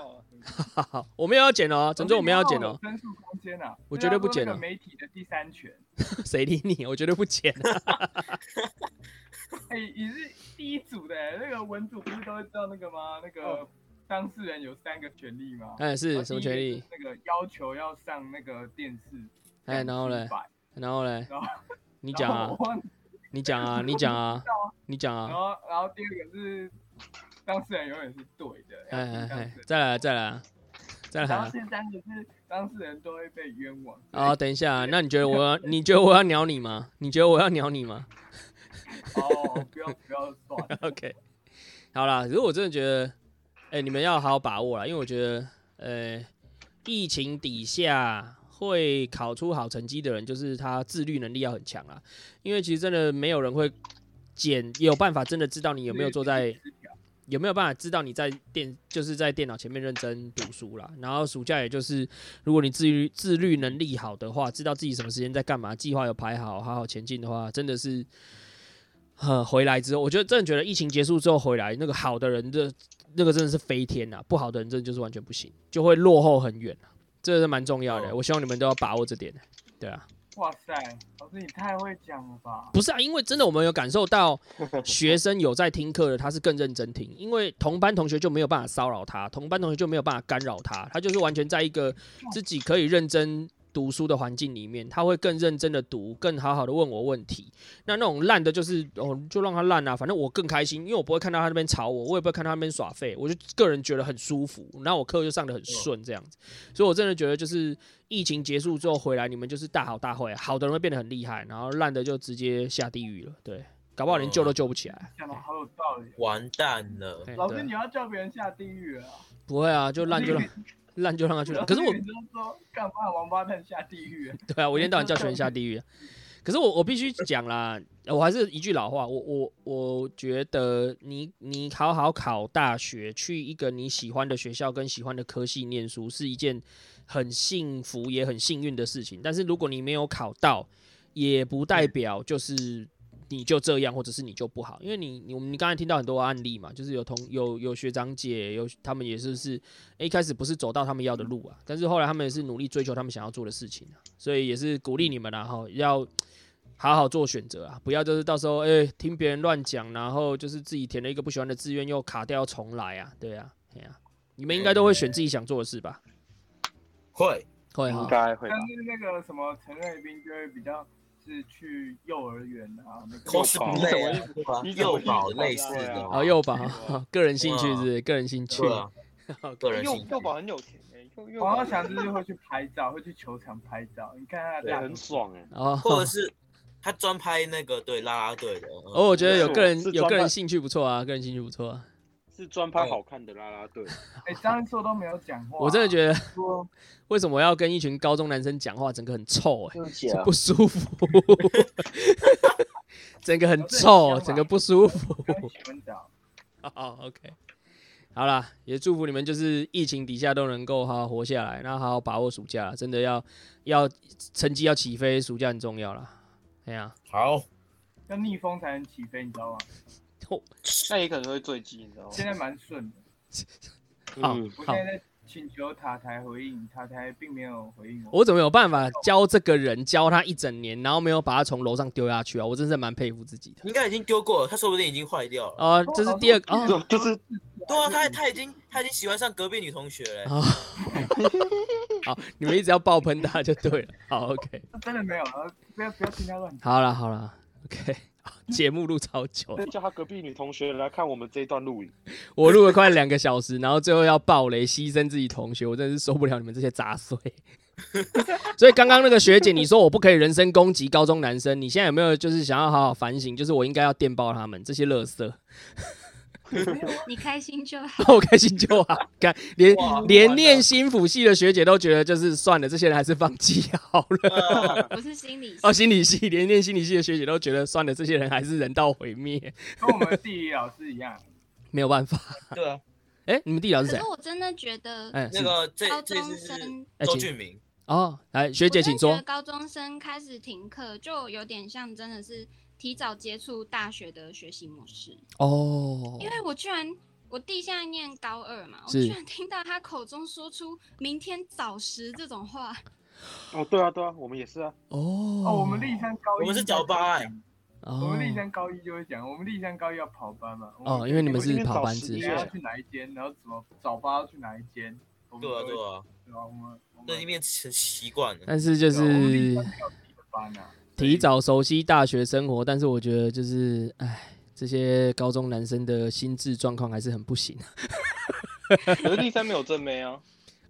Speaker 1: 好，我没有要剪哦，陈总
Speaker 8: 总之
Speaker 1: 我没有要剪哦，
Speaker 8: 申诉空间啊，
Speaker 1: 我绝对不剪
Speaker 8: 这叫
Speaker 1: 哦
Speaker 8: 做那个媒体的第三权，
Speaker 1: 谁理你？我绝对不 剪、
Speaker 8: 哎，你是第一组的欸，那个文组不是都会知道那个吗？那个当事人有三个权利吗？
Speaker 1: 哎是
Speaker 8: 然后
Speaker 1: 什么
Speaker 8: 第一个
Speaker 1: 权利
Speaker 8: 就是那个要求要上那个电视，
Speaker 1: 哎，然后嘞
Speaker 8: 讲出，来
Speaker 1: 然后嘞，
Speaker 8: 然后
Speaker 1: 你讲
Speaker 8: 然后
Speaker 1: 啊
Speaker 8: 我，忘记
Speaker 1: 你讲啊，你讲啊，你讲
Speaker 8: 然
Speaker 1: 啊，
Speaker 8: 后然后第二个是当事人永远是对的，
Speaker 1: 哎
Speaker 8: 要
Speaker 1: 哎
Speaker 8: 听当
Speaker 1: 哎
Speaker 8: 事人，
Speaker 1: 再来再来啊再来
Speaker 8: 然后
Speaker 1: 啊。
Speaker 8: 第三个是当事人都会被冤枉。
Speaker 1: 啊、等一下啊，那你觉得我要？你觉得我要鸟你吗？你觉得我要鸟你吗
Speaker 8: 哦，不要不要算了，
Speaker 1: ？OK，好啦，如果我真的觉得，哎、你们要好好把握啦，因为我觉得，呃、疫情底下会考出好成绩的人，就是他自律能力要很强啦。因为其实真的没有人会检有办法真的知道 你有没有坐在
Speaker 8: 失调
Speaker 1: 有没有办法知道你在电就是在电脑前面认真读书啦？然后暑假也就是，如果你自律自律能力好的话，知道自己什么时间在干嘛，计划有排好，好好前进的话，真的是，呃，回来之后，我觉得真的觉得疫情结束之后回来，那个好的人的那个真的是飞天呐、不好的人真的就是完全不行，就会落后很远、啊、这是蛮重要的，
Speaker 6: 哦
Speaker 1: 我希望你们都要把握这点。对啊，
Speaker 8: 哇塞，老师你太会讲了吧？
Speaker 1: 不是啊，因为真的我们有感受到学生有在听课的，他是更认真听，因为同班同学就没有办法骚扰他，同班同学就没有办法干扰他，他就是完全在一个自己可以认真读书的环境里面，他会更认真的读，更好好的问我问题。那那种烂的，就是哦，就让他烂啊，反正我更开心，因为我不会看到他那边吵我，我也不会看到他那边耍废，我就个人觉得很舒服，然后我课就上的很顺这样子，所以我真的觉得就是疫情结束之后回来，你们就是大好大坏，啊好的人会变得很厉害，然后烂的就直接下地狱了，对，搞不好连救都救不起来。
Speaker 8: 讲的好有道理。
Speaker 6: 完蛋了，
Speaker 1: 哎
Speaker 8: 老
Speaker 1: 对
Speaker 8: 师
Speaker 1: 啊
Speaker 8: 你要叫别人下地狱了啊，
Speaker 1: 不会啊，就烂就让
Speaker 8: 老师
Speaker 1: 烂就让 他去
Speaker 8: 老
Speaker 1: 烂，
Speaker 8: 师
Speaker 1: 可是我
Speaker 8: 你就说干嘛王八蛋下地 狱啊？
Speaker 1: 对啊，我一天到晚叫全人下地狱啊。可是我我必须讲啦，呃我还是一句老话，我我我觉得你你好好考大学，去一个你喜欢的学校跟喜欢的科系念书，是一件很幸福也很幸运的事情。但是如果你没有考到，也不代表就是你就这样，或者是你就不好，因为你你我们你刚才听到很多案例嘛，就是有同有有学长姐有他们也是是诶一开始不是走到他们要的路啊，但是后来他们也是努力追求他们想要做的事情啊，所以也是鼓励你们然、啊、后要好好做选择啊，不要就是到时候诶听别人乱讲，然后就是自己填了一个不喜欢的志愿又卡掉重来啊，对啊，哎呀、你们应该都会选自己想做的事吧？
Speaker 6: 会
Speaker 1: 会
Speaker 9: 应
Speaker 1: 哈，
Speaker 9: 该会吧
Speaker 8: 但。是那个什么陈瑞斌就会比较是去幼儿园 啊，那个
Speaker 6: cosplay 啊对吧
Speaker 7: 你怎么
Speaker 6: 幼
Speaker 7: 会
Speaker 6: 保
Speaker 7: 知道
Speaker 6: 类似
Speaker 7: 对
Speaker 6: 的
Speaker 7: 啊
Speaker 6: 嘛
Speaker 1: 好又吧，个人兴趣是不是个人兴趣
Speaker 6: 对， 啊，个人
Speaker 9: 幼
Speaker 6: 兴趣
Speaker 9: 幼保很有钱哎，幼幼
Speaker 8: 黄
Speaker 9: 保
Speaker 8: 浩翔就是会去拍照，会去球场拍照。你看他的
Speaker 9: 对
Speaker 8: 大
Speaker 9: 很爽
Speaker 7: 欸
Speaker 9: 哎。
Speaker 1: 哦，
Speaker 6: 或者是他专拍那个对啦啦队的，嗯
Speaker 1: 哦，我觉得有个人
Speaker 9: 是
Speaker 1: 有
Speaker 9: 装
Speaker 1: 个人
Speaker 9: 扮
Speaker 1: 兴趣不错啊，个人兴趣不错啊。
Speaker 9: 是专
Speaker 7: 哦
Speaker 9: 拍好看的啦啦队，
Speaker 8: 哎，张一硕都没有讲话，
Speaker 1: 我真的觉得，
Speaker 8: 得
Speaker 1: 为什么要跟一群高中男生讲话，整个很臭哎、
Speaker 9: 对不起
Speaker 1: 是 不舒服，整个很臭，整个不舒服。
Speaker 8: 跟洗温澡。
Speaker 1: 哦，OK，好啦，也祝福你们，就是疫情底下都能够好好活下来，那好好把握暑假啦，真的要要成绩要起飞，暑假很重要啦。哎呀、
Speaker 6: 好，
Speaker 8: 要逆风才能起飞，你 知道吗？
Speaker 9: 那也可能会坠机，你知道
Speaker 8: 现在蛮顺的，
Speaker 1: 好
Speaker 9: 吗？嗯，
Speaker 8: 我
Speaker 1: 好
Speaker 8: 现在在请求塔台回应，塔台并没有回应我。
Speaker 1: 我怎么有办法教这个人教他一整年，然后没有把他从楼上丢下去啊？我真是蛮佩服自己的。
Speaker 6: 应该已经丢过了，他说不定已经坏掉了。
Speaker 1: 啊、这是第二个啊。
Speaker 9: 就就是
Speaker 6: 对啊，他他已经他已经喜欢上隔壁女同学了欸。
Speaker 1: 啊，好，你们一直要爆喷他就 对了。好，OK，
Speaker 8: 真的没有，呃不要不要听他乱讲。
Speaker 1: 好了好嗯了，OK，好 节目录超久
Speaker 7: 哦
Speaker 1: 了，
Speaker 9: 叫他隔壁女同学来看我们这一段录影，
Speaker 1: 我录了快两个小时，然后最后要爆雷，牺牲自己同学，我真的是受不了你们这些杂碎。所以刚刚那个学姐，你说我不可以人身攻击高中男生，你现在有没有就是想要好好反省？就是我应该要电爆他们这些垃 圾，
Speaker 10: 你开心就好。
Speaker 1: 我开心就好。看，连
Speaker 6: 哇
Speaker 1: 连念心辅系的学姐都觉得就是算了，这些人还是放弃好了。
Speaker 6: 呃
Speaker 10: 不是心理系，
Speaker 1: 哦，心理系连念心理系的学姐都觉得，算了，这些人还是人道毁灭，
Speaker 8: 跟我们地理老师一样，
Speaker 1: 没有办法。
Speaker 6: 对啊，
Speaker 1: 哎、你们地老
Speaker 10: 可
Speaker 1: 是谁
Speaker 10: 是？我真的觉得
Speaker 1: 哎、
Speaker 6: 那
Speaker 1: 是
Speaker 6: 个这
Speaker 10: 高
Speaker 6: 这也
Speaker 10: 中
Speaker 6: 是
Speaker 10: 生
Speaker 1: 哎
Speaker 6: 周
Speaker 1: 请
Speaker 6: 俊明，
Speaker 1: 哦，来，学姐
Speaker 10: 我真
Speaker 1: 请
Speaker 10: 的觉
Speaker 1: 说
Speaker 10: 得。高中生开始停课，就有点像真的是提早接触大学的学习模式。
Speaker 1: 哦
Speaker 10: 因，为我居然
Speaker 2: 哎我弟现在念高二嘛，我
Speaker 1: 是
Speaker 2: 居然听到他口中说出“明天早十”这种话，
Speaker 7: 哦，对啊，对啊，我们也是啊。
Speaker 1: 哦
Speaker 8: 哦，我们立山高一，
Speaker 7: 我们是早八
Speaker 8: 哎，我们立山高一就会讲，我们立山高一要跑班嘛。
Speaker 1: 哦
Speaker 8: 我
Speaker 1: 因为你们
Speaker 8: 我今天
Speaker 1: 是跑班
Speaker 8: 早
Speaker 1: 制
Speaker 8: 十一要
Speaker 1: 是
Speaker 8: 去哪一间，然后怎么早八要去哪一间？我们
Speaker 6: 对啊
Speaker 8: 都会
Speaker 6: 对啊，
Speaker 8: 对啊，我们我
Speaker 6: 这已经变成习惯了。
Speaker 1: 但是就
Speaker 6: 对啊我们
Speaker 1: 是
Speaker 8: 班啊，
Speaker 1: 提早熟悉大学生活，但是我觉得就是，哎，这些高中男生的心智状况还是很不行。 啊
Speaker 7: 可是第三没有正妹啊。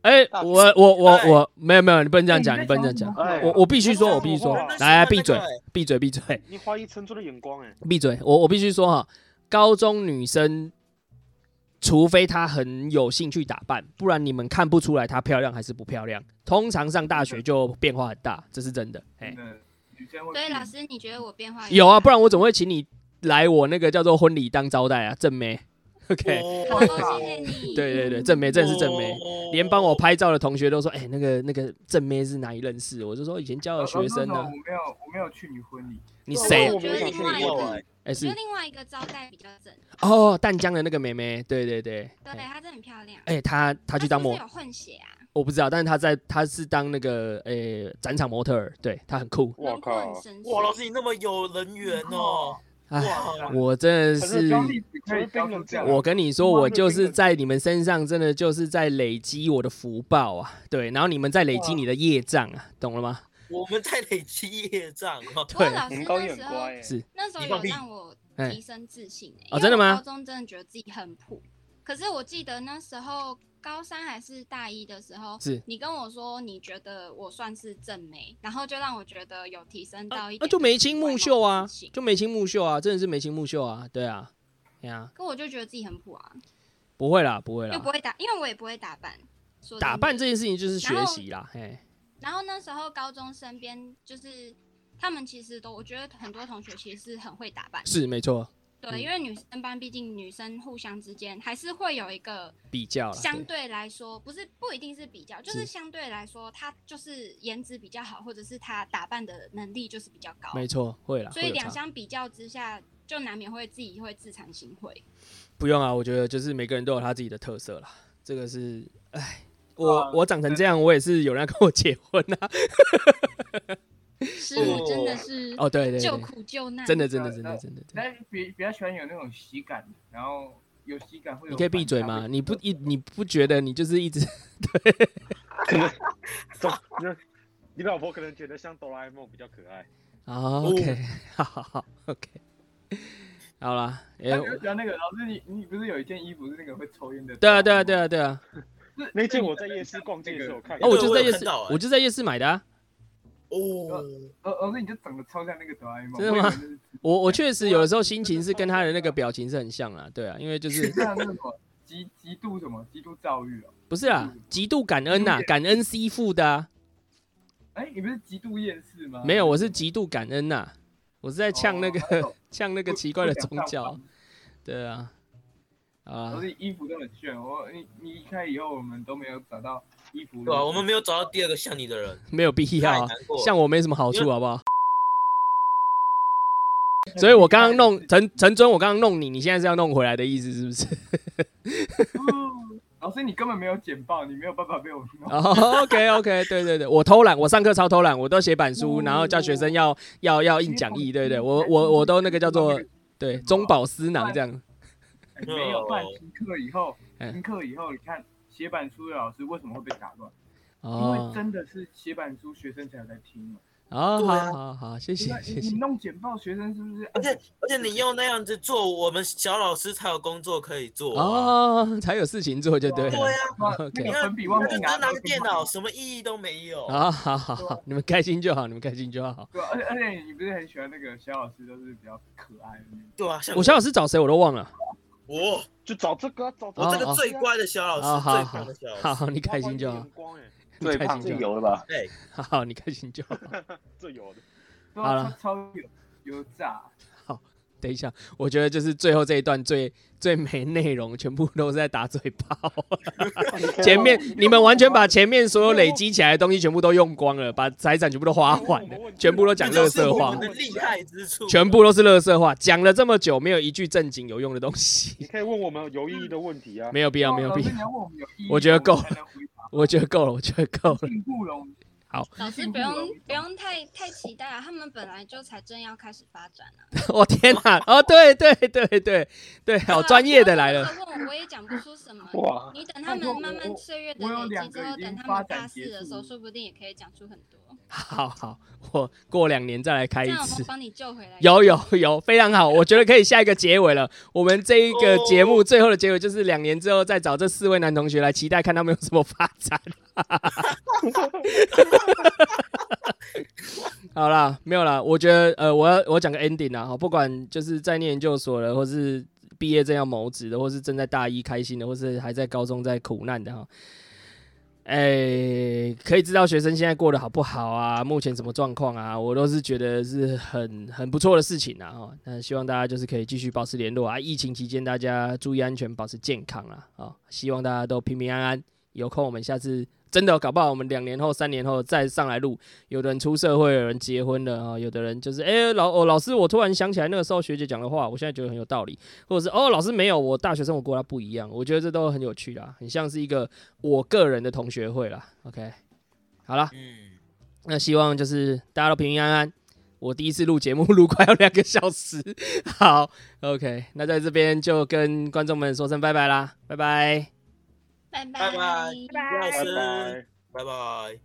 Speaker 1: 哎、
Speaker 7: 大
Speaker 1: 我我我
Speaker 7: 哎
Speaker 1: 我没有没有，你不能这样
Speaker 7: 哎
Speaker 1: 讲，
Speaker 7: 你
Speaker 1: 你
Speaker 7: 在
Speaker 1: 不能这样
Speaker 7: 讲
Speaker 1: 讲
Speaker 7: 什么，哎
Speaker 1: 我我必须说，
Speaker 7: 你在
Speaker 1: 我必须
Speaker 7: 讲
Speaker 1: 说
Speaker 7: 什么话，
Speaker 1: 来啊
Speaker 7: 那是
Speaker 1: 闭嘴
Speaker 7: 那个哎，
Speaker 1: 闭嘴，闭嘴，
Speaker 7: 你怀疑陈珠的眼光 哎。
Speaker 1: 闭嘴，我我必须说哈，高中女生，除非她很有兴趣打扮，不然你们看不出来她漂亮还是不漂亮。通常上大学就变化很大，这是真的。哎、
Speaker 8: 女生 会
Speaker 2: 所以老师你觉得我变化
Speaker 1: 有啊，不然我怎么会请你来我那个叫做婚礼当招待啊？正妹，OK，对
Speaker 6: 哦
Speaker 1: 对对，正妹，真的是正妹，
Speaker 2: 哦
Speaker 1: 连帮我拍照的同学都说，哎、那个那个正妹是哪里认识？我就说以前教的学生
Speaker 8: 老
Speaker 2: 哦
Speaker 1: 呢、
Speaker 8: 师说我没有我没有去你婚礼，
Speaker 1: 你谁
Speaker 6: 哦
Speaker 2: 我觉得另外一个，
Speaker 1: 哎
Speaker 2: 我觉
Speaker 1: 是
Speaker 2: 得另外一个招待比较正，
Speaker 1: 哦，淡江的那个妹妹，对对对，
Speaker 2: 对，她真的很漂亮。
Speaker 1: 哎、她她去
Speaker 2: 是
Speaker 1: 当
Speaker 2: 不
Speaker 1: 模
Speaker 2: 是，有混血啊？
Speaker 1: 我不知道，但是她在她是当那个呃、展场模特儿，对她很酷。
Speaker 7: 我靠！
Speaker 6: 哇，老师你那么有人缘哦！
Speaker 1: 哎
Speaker 6: 哇，
Speaker 1: 我真的
Speaker 6: 可
Speaker 1: 是
Speaker 6: 是高丽只可以教出这
Speaker 8: 啊
Speaker 6: 样
Speaker 1: 我跟你说，我就是在你们身上，真的就是在累积我的福报啊，对，然后你们在累积你的业障啊，懂了吗？
Speaker 6: 我们在累积业障 哦。
Speaker 1: 对我老师
Speaker 2: 那时候
Speaker 8: 啊
Speaker 1: 是
Speaker 2: 那时候
Speaker 6: 你放
Speaker 2: 有
Speaker 6: 屁
Speaker 2: 让我
Speaker 1: 哎
Speaker 2: 提升自信、欸
Speaker 1: 哦真的吗
Speaker 2: 因为我高中真的觉得自己很普，可是我记得那时候高三还是大一的时候，
Speaker 1: 是
Speaker 2: 你跟我说你觉得我算是正妹，然后就让我觉得有提升到一
Speaker 1: 那、
Speaker 2: 点，
Speaker 1: 啊就眉清目秀啊，就眉清目秀啊，真的是眉清目秀啊，对啊，对啊，
Speaker 2: 可我就觉得自己很普啊，
Speaker 1: 不会啦，不会
Speaker 2: 又
Speaker 1: 啦
Speaker 2: 不，会打，因为我也不会打扮，说真的
Speaker 1: 啊打扮这件事情就是学习啦，嘿，
Speaker 2: 然后那时候高中身边就是他们其实都，我觉得很多同学其实是很会打扮，
Speaker 1: 是没错，嗯
Speaker 2: 对，因为女生班毕竟女生互相之间还是会有一个
Speaker 1: 比较啦，
Speaker 2: 相
Speaker 1: 对
Speaker 2: 对来说不是不一定是比较，就是
Speaker 1: 是
Speaker 2: 相对来说，她就是颜值比较好，或者是她打扮的能力就是比较高，
Speaker 1: 没错，会啦，
Speaker 2: 所
Speaker 1: 会
Speaker 2: 以
Speaker 1: 有
Speaker 2: 两
Speaker 1: 差
Speaker 2: 相比较之下，就难免会自己会自惭形秽。
Speaker 1: 不用啊，我觉得就是每个人都有他自己的特色啦，这个是，哎，我我长成这样，我也是有人要跟我结婚 啊，
Speaker 2: 师傅真的是
Speaker 1: 哦对对对
Speaker 2: 救苦救难，
Speaker 1: 真的真的真的真的，
Speaker 8: 但是比比较喜欢有那种喜感的，然后有喜感会有。
Speaker 1: 你可以闭嘴吗？？你不一你不觉得你就是一直
Speaker 7: 走，你你老婆可能觉得像哆啦 A 梦比较可爱。
Speaker 1: 啊？OK，好好好，OK，好啦，哎
Speaker 8: 那，你就喜欢那个老师，你你不是有一件衣服是那个会抽烟的？
Speaker 1: 对啊对啊对啊对啊，
Speaker 7: 那件我在夜市逛街的时候看
Speaker 1: 哦，
Speaker 7: 到。
Speaker 1: 我就在夜市，我就在夜市买的啊，
Speaker 6: 哦，
Speaker 8: 老老师你就长得超像那个哆啦 A 梦，
Speaker 1: 真的
Speaker 8: 我以
Speaker 1: 吗
Speaker 8: 为那是？
Speaker 1: 我啊我确实有的时候心情是跟他的那个表情是很像啦，对啊，因为 就是
Speaker 8: 像那个什么极极度什么极度躁郁哦。
Speaker 1: 不是啊，极度感恩呐、感恩吸附的、啊，
Speaker 8: 哎，你不是极度厌世吗？
Speaker 1: 没有，我是极度感恩呐、我是
Speaker 8: 哦
Speaker 1: 在呛那个 呛那个奇怪的宗教，对啊，啊
Speaker 8: 老，师衣服都很炫。我你你离开以后，我们都没有找到衣服。
Speaker 6: 对啊，我们没有找到第二个像你的人。
Speaker 1: 没有必要、啊
Speaker 6: 太难过，了
Speaker 1: 像我没什么好处，好不好？ 所以我刚刚弄陈陈尊，我刚刚弄你，你现在是要弄回来的意思是不 是？
Speaker 8: 老师你根本没有简报，你没有办法被我们弄。
Speaker 1: 哦、o k OK，对对对，我偷懒，我上课超偷懒，我都写板书，然后叫学生要要要印讲义，对不对？我我我都那个叫做对中饱私囊这样，
Speaker 8: 没有办停课以后，
Speaker 1: 哎
Speaker 8: 停课以后，你看写板书的老师为什么会被打乱？因为
Speaker 1: 哦
Speaker 8: 真的是写板书学生才有在听嘛。
Speaker 1: 啊，
Speaker 8: 对啊
Speaker 1: 好好好，谢谢
Speaker 8: 因为
Speaker 1: 谢
Speaker 8: 你
Speaker 1: 谢，
Speaker 8: 弄简报，学生是不是？
Speaker 6: 而且而且你要那样子做，我们小老师才有工作可以做啊。
Speaker 1: 哦，才有事情做就对了，
Speaker 6: 对啊，
Speaker 1: OK
Speaker 6: 你看
Speaker 8: 粉笔忘记
Speaker 6: 你
Speaker 8: 拿
Speaker 6: 看拿个电脑，什么意义都没有。
Speaker 1: 啊，好好好，你们开心就好，你们开心就好。
Speaker 8: 对啊，而且而且你不是很喜欢那个小老师，都是比较可爱的那种。
Speaker 6: 对啊，
Speaker 1: 我肖老师找谁我都忘了，
Speaker 6: 我
Speaker 7: 就找这个啊，找
Speaker 6: 我这
Speaker 1: 哦
Speaker 6: 个
Speaker 1: 哦
Speaker 6: 最乖的小老
Speaker 1: 啊，
Speaker 6: 师，
Speaker 1: 好
Speaker 6: 最乖
Speaker 1: 好
Speaker 6: 的小
Speaker 1: 好
Speaker 6: 老师。
Speaker 1: 好，你开心就好，
Speaker 7: 欸
Speaker 1: 你
Speaker 7: 最
Speaker 1: 开
Speaker 7: 胖
Speaker 1: 心就
Speaker 7: 最
Speaker 1: 好
Speaker 7: 油了吧？
Speaker 6: 对，
Speaker 1: 好好， 你开心就好。
Speaker 7: 这有的。
Speaker 8: 对啊
Speaker 1: 好了
Speaker 8: 超超有有炸。
Speaker 1: 好，等一下，我觉得就是最后这一段最最没内容，全部都是在打嘴炮。
Speaker 8: 啊
Speaker 1: 前 面你们完全把前面所有累积起来的东西全部都用光了，把财产全部都花完了，全部都
Speaker 7: 啊
Speaker 1: 讲乐色话
Speaker 6: 这就是我，们的厉害之处，
Speaker 1: 全部都是乐色话，讲了这么久，没有一句正经有用的东西，
Speaker 9: 你可以问我们有意义的问题啊。
Speaker 1: 没有必要，没有必
Speaker 8: 老师你
Speaker 1: 要。
Speaker 8: 要问我们有意义
Speaker 1: 我觉得够
Speaker 8: 我们才
Speaker 1: 了
Speaker 8: 能回，
Speaker 1: 我觉得够了，我觉得够了。
Speaker 8: 进步了，我们
Speaker 1: 好，
Speaker 10: 老师不用不用太太期待啊，他们本来就才正要开始发展啊。
Speaker 1: 我、天哪！ 哦，对对对对对，好专业的来了。
Speaker 10: 如果问我我也讲不出什么。
Speaker 1: 哇
Speaker 10: 你等他们慢慢岁月的
Speaker 8: 我有
Speaker 10: 累积
Speaker 8: 两
Speaker 10: 之
Speaker 8: 个
Speaker 10: 后，
Speaker 8: 已
Speaker 10: 等
Speaker 8: 经
Speaker 10: 他
Speaker 8: 发
Speaker 10: 们
Speaker 8: 展
Speaker 10: 大
Speaker 8: 结
Speaker 10: 四的时候，
Speaker 8: 束
Speaker 10: 说不定也可以讲出很多。
Speaker 1: 好好，我过两年再来开一
Speaker 10: 这样我
Speaker 1: 次
Speaker 10: 们。帮你救回来。
Speaker 1: 有有有，非常好，我觉得可以下一个结尾了。我们这一个节
Speaker 10: 哦
Speaker 1: 目最后的结尾就是两年之后再找这四位男同学来，期待看他们有什么发展。 好啦，没有啦，我觉得呃，我要我讲个 ending 啦，哈，不管就是在念研究所的，或是毕业正要谋职的，或是正在大一开心的，或是还在高中在苦难的哈。哎、可以知道学生现在过得好不好啊？目前什么状况啊？我都是觉得是很很不错的事情啊！哈，那希望大家就是可以继续保持联络啊。疫情期间大家注意安全，保持健康啊！啊、希望大家都平平安安。有空我们下次真的搞不好我们两年后、三年后再上来录，有的人出社会，有人结婚了啊、有的人就是哎、老哦老师，我突然想起来那个时候学姐讲的话，我现在觉得很有道理。或者是哦，老师没有，我大学生活过得不一样，我觉得这都很有趣啦，很像是一个我个人的同学会啦。OK，好啦，
Speaker 6: 嗯，
Speaker 1: 那希望就是大家都平平安安。我第一次录节目， 录快要两个小时。好，OK，那在这边就跟观众们说声拜拜啦，拜拜。
Speaker 10: 拜
Speaker 6: 拜拜
Speaker 10: 拜
Speaker 6: 老
Speaker 2: 拜
Speaker 9: 拜
Speaker 6: 师
Speaker 9: 拜。
Speaker 6: 拜拜。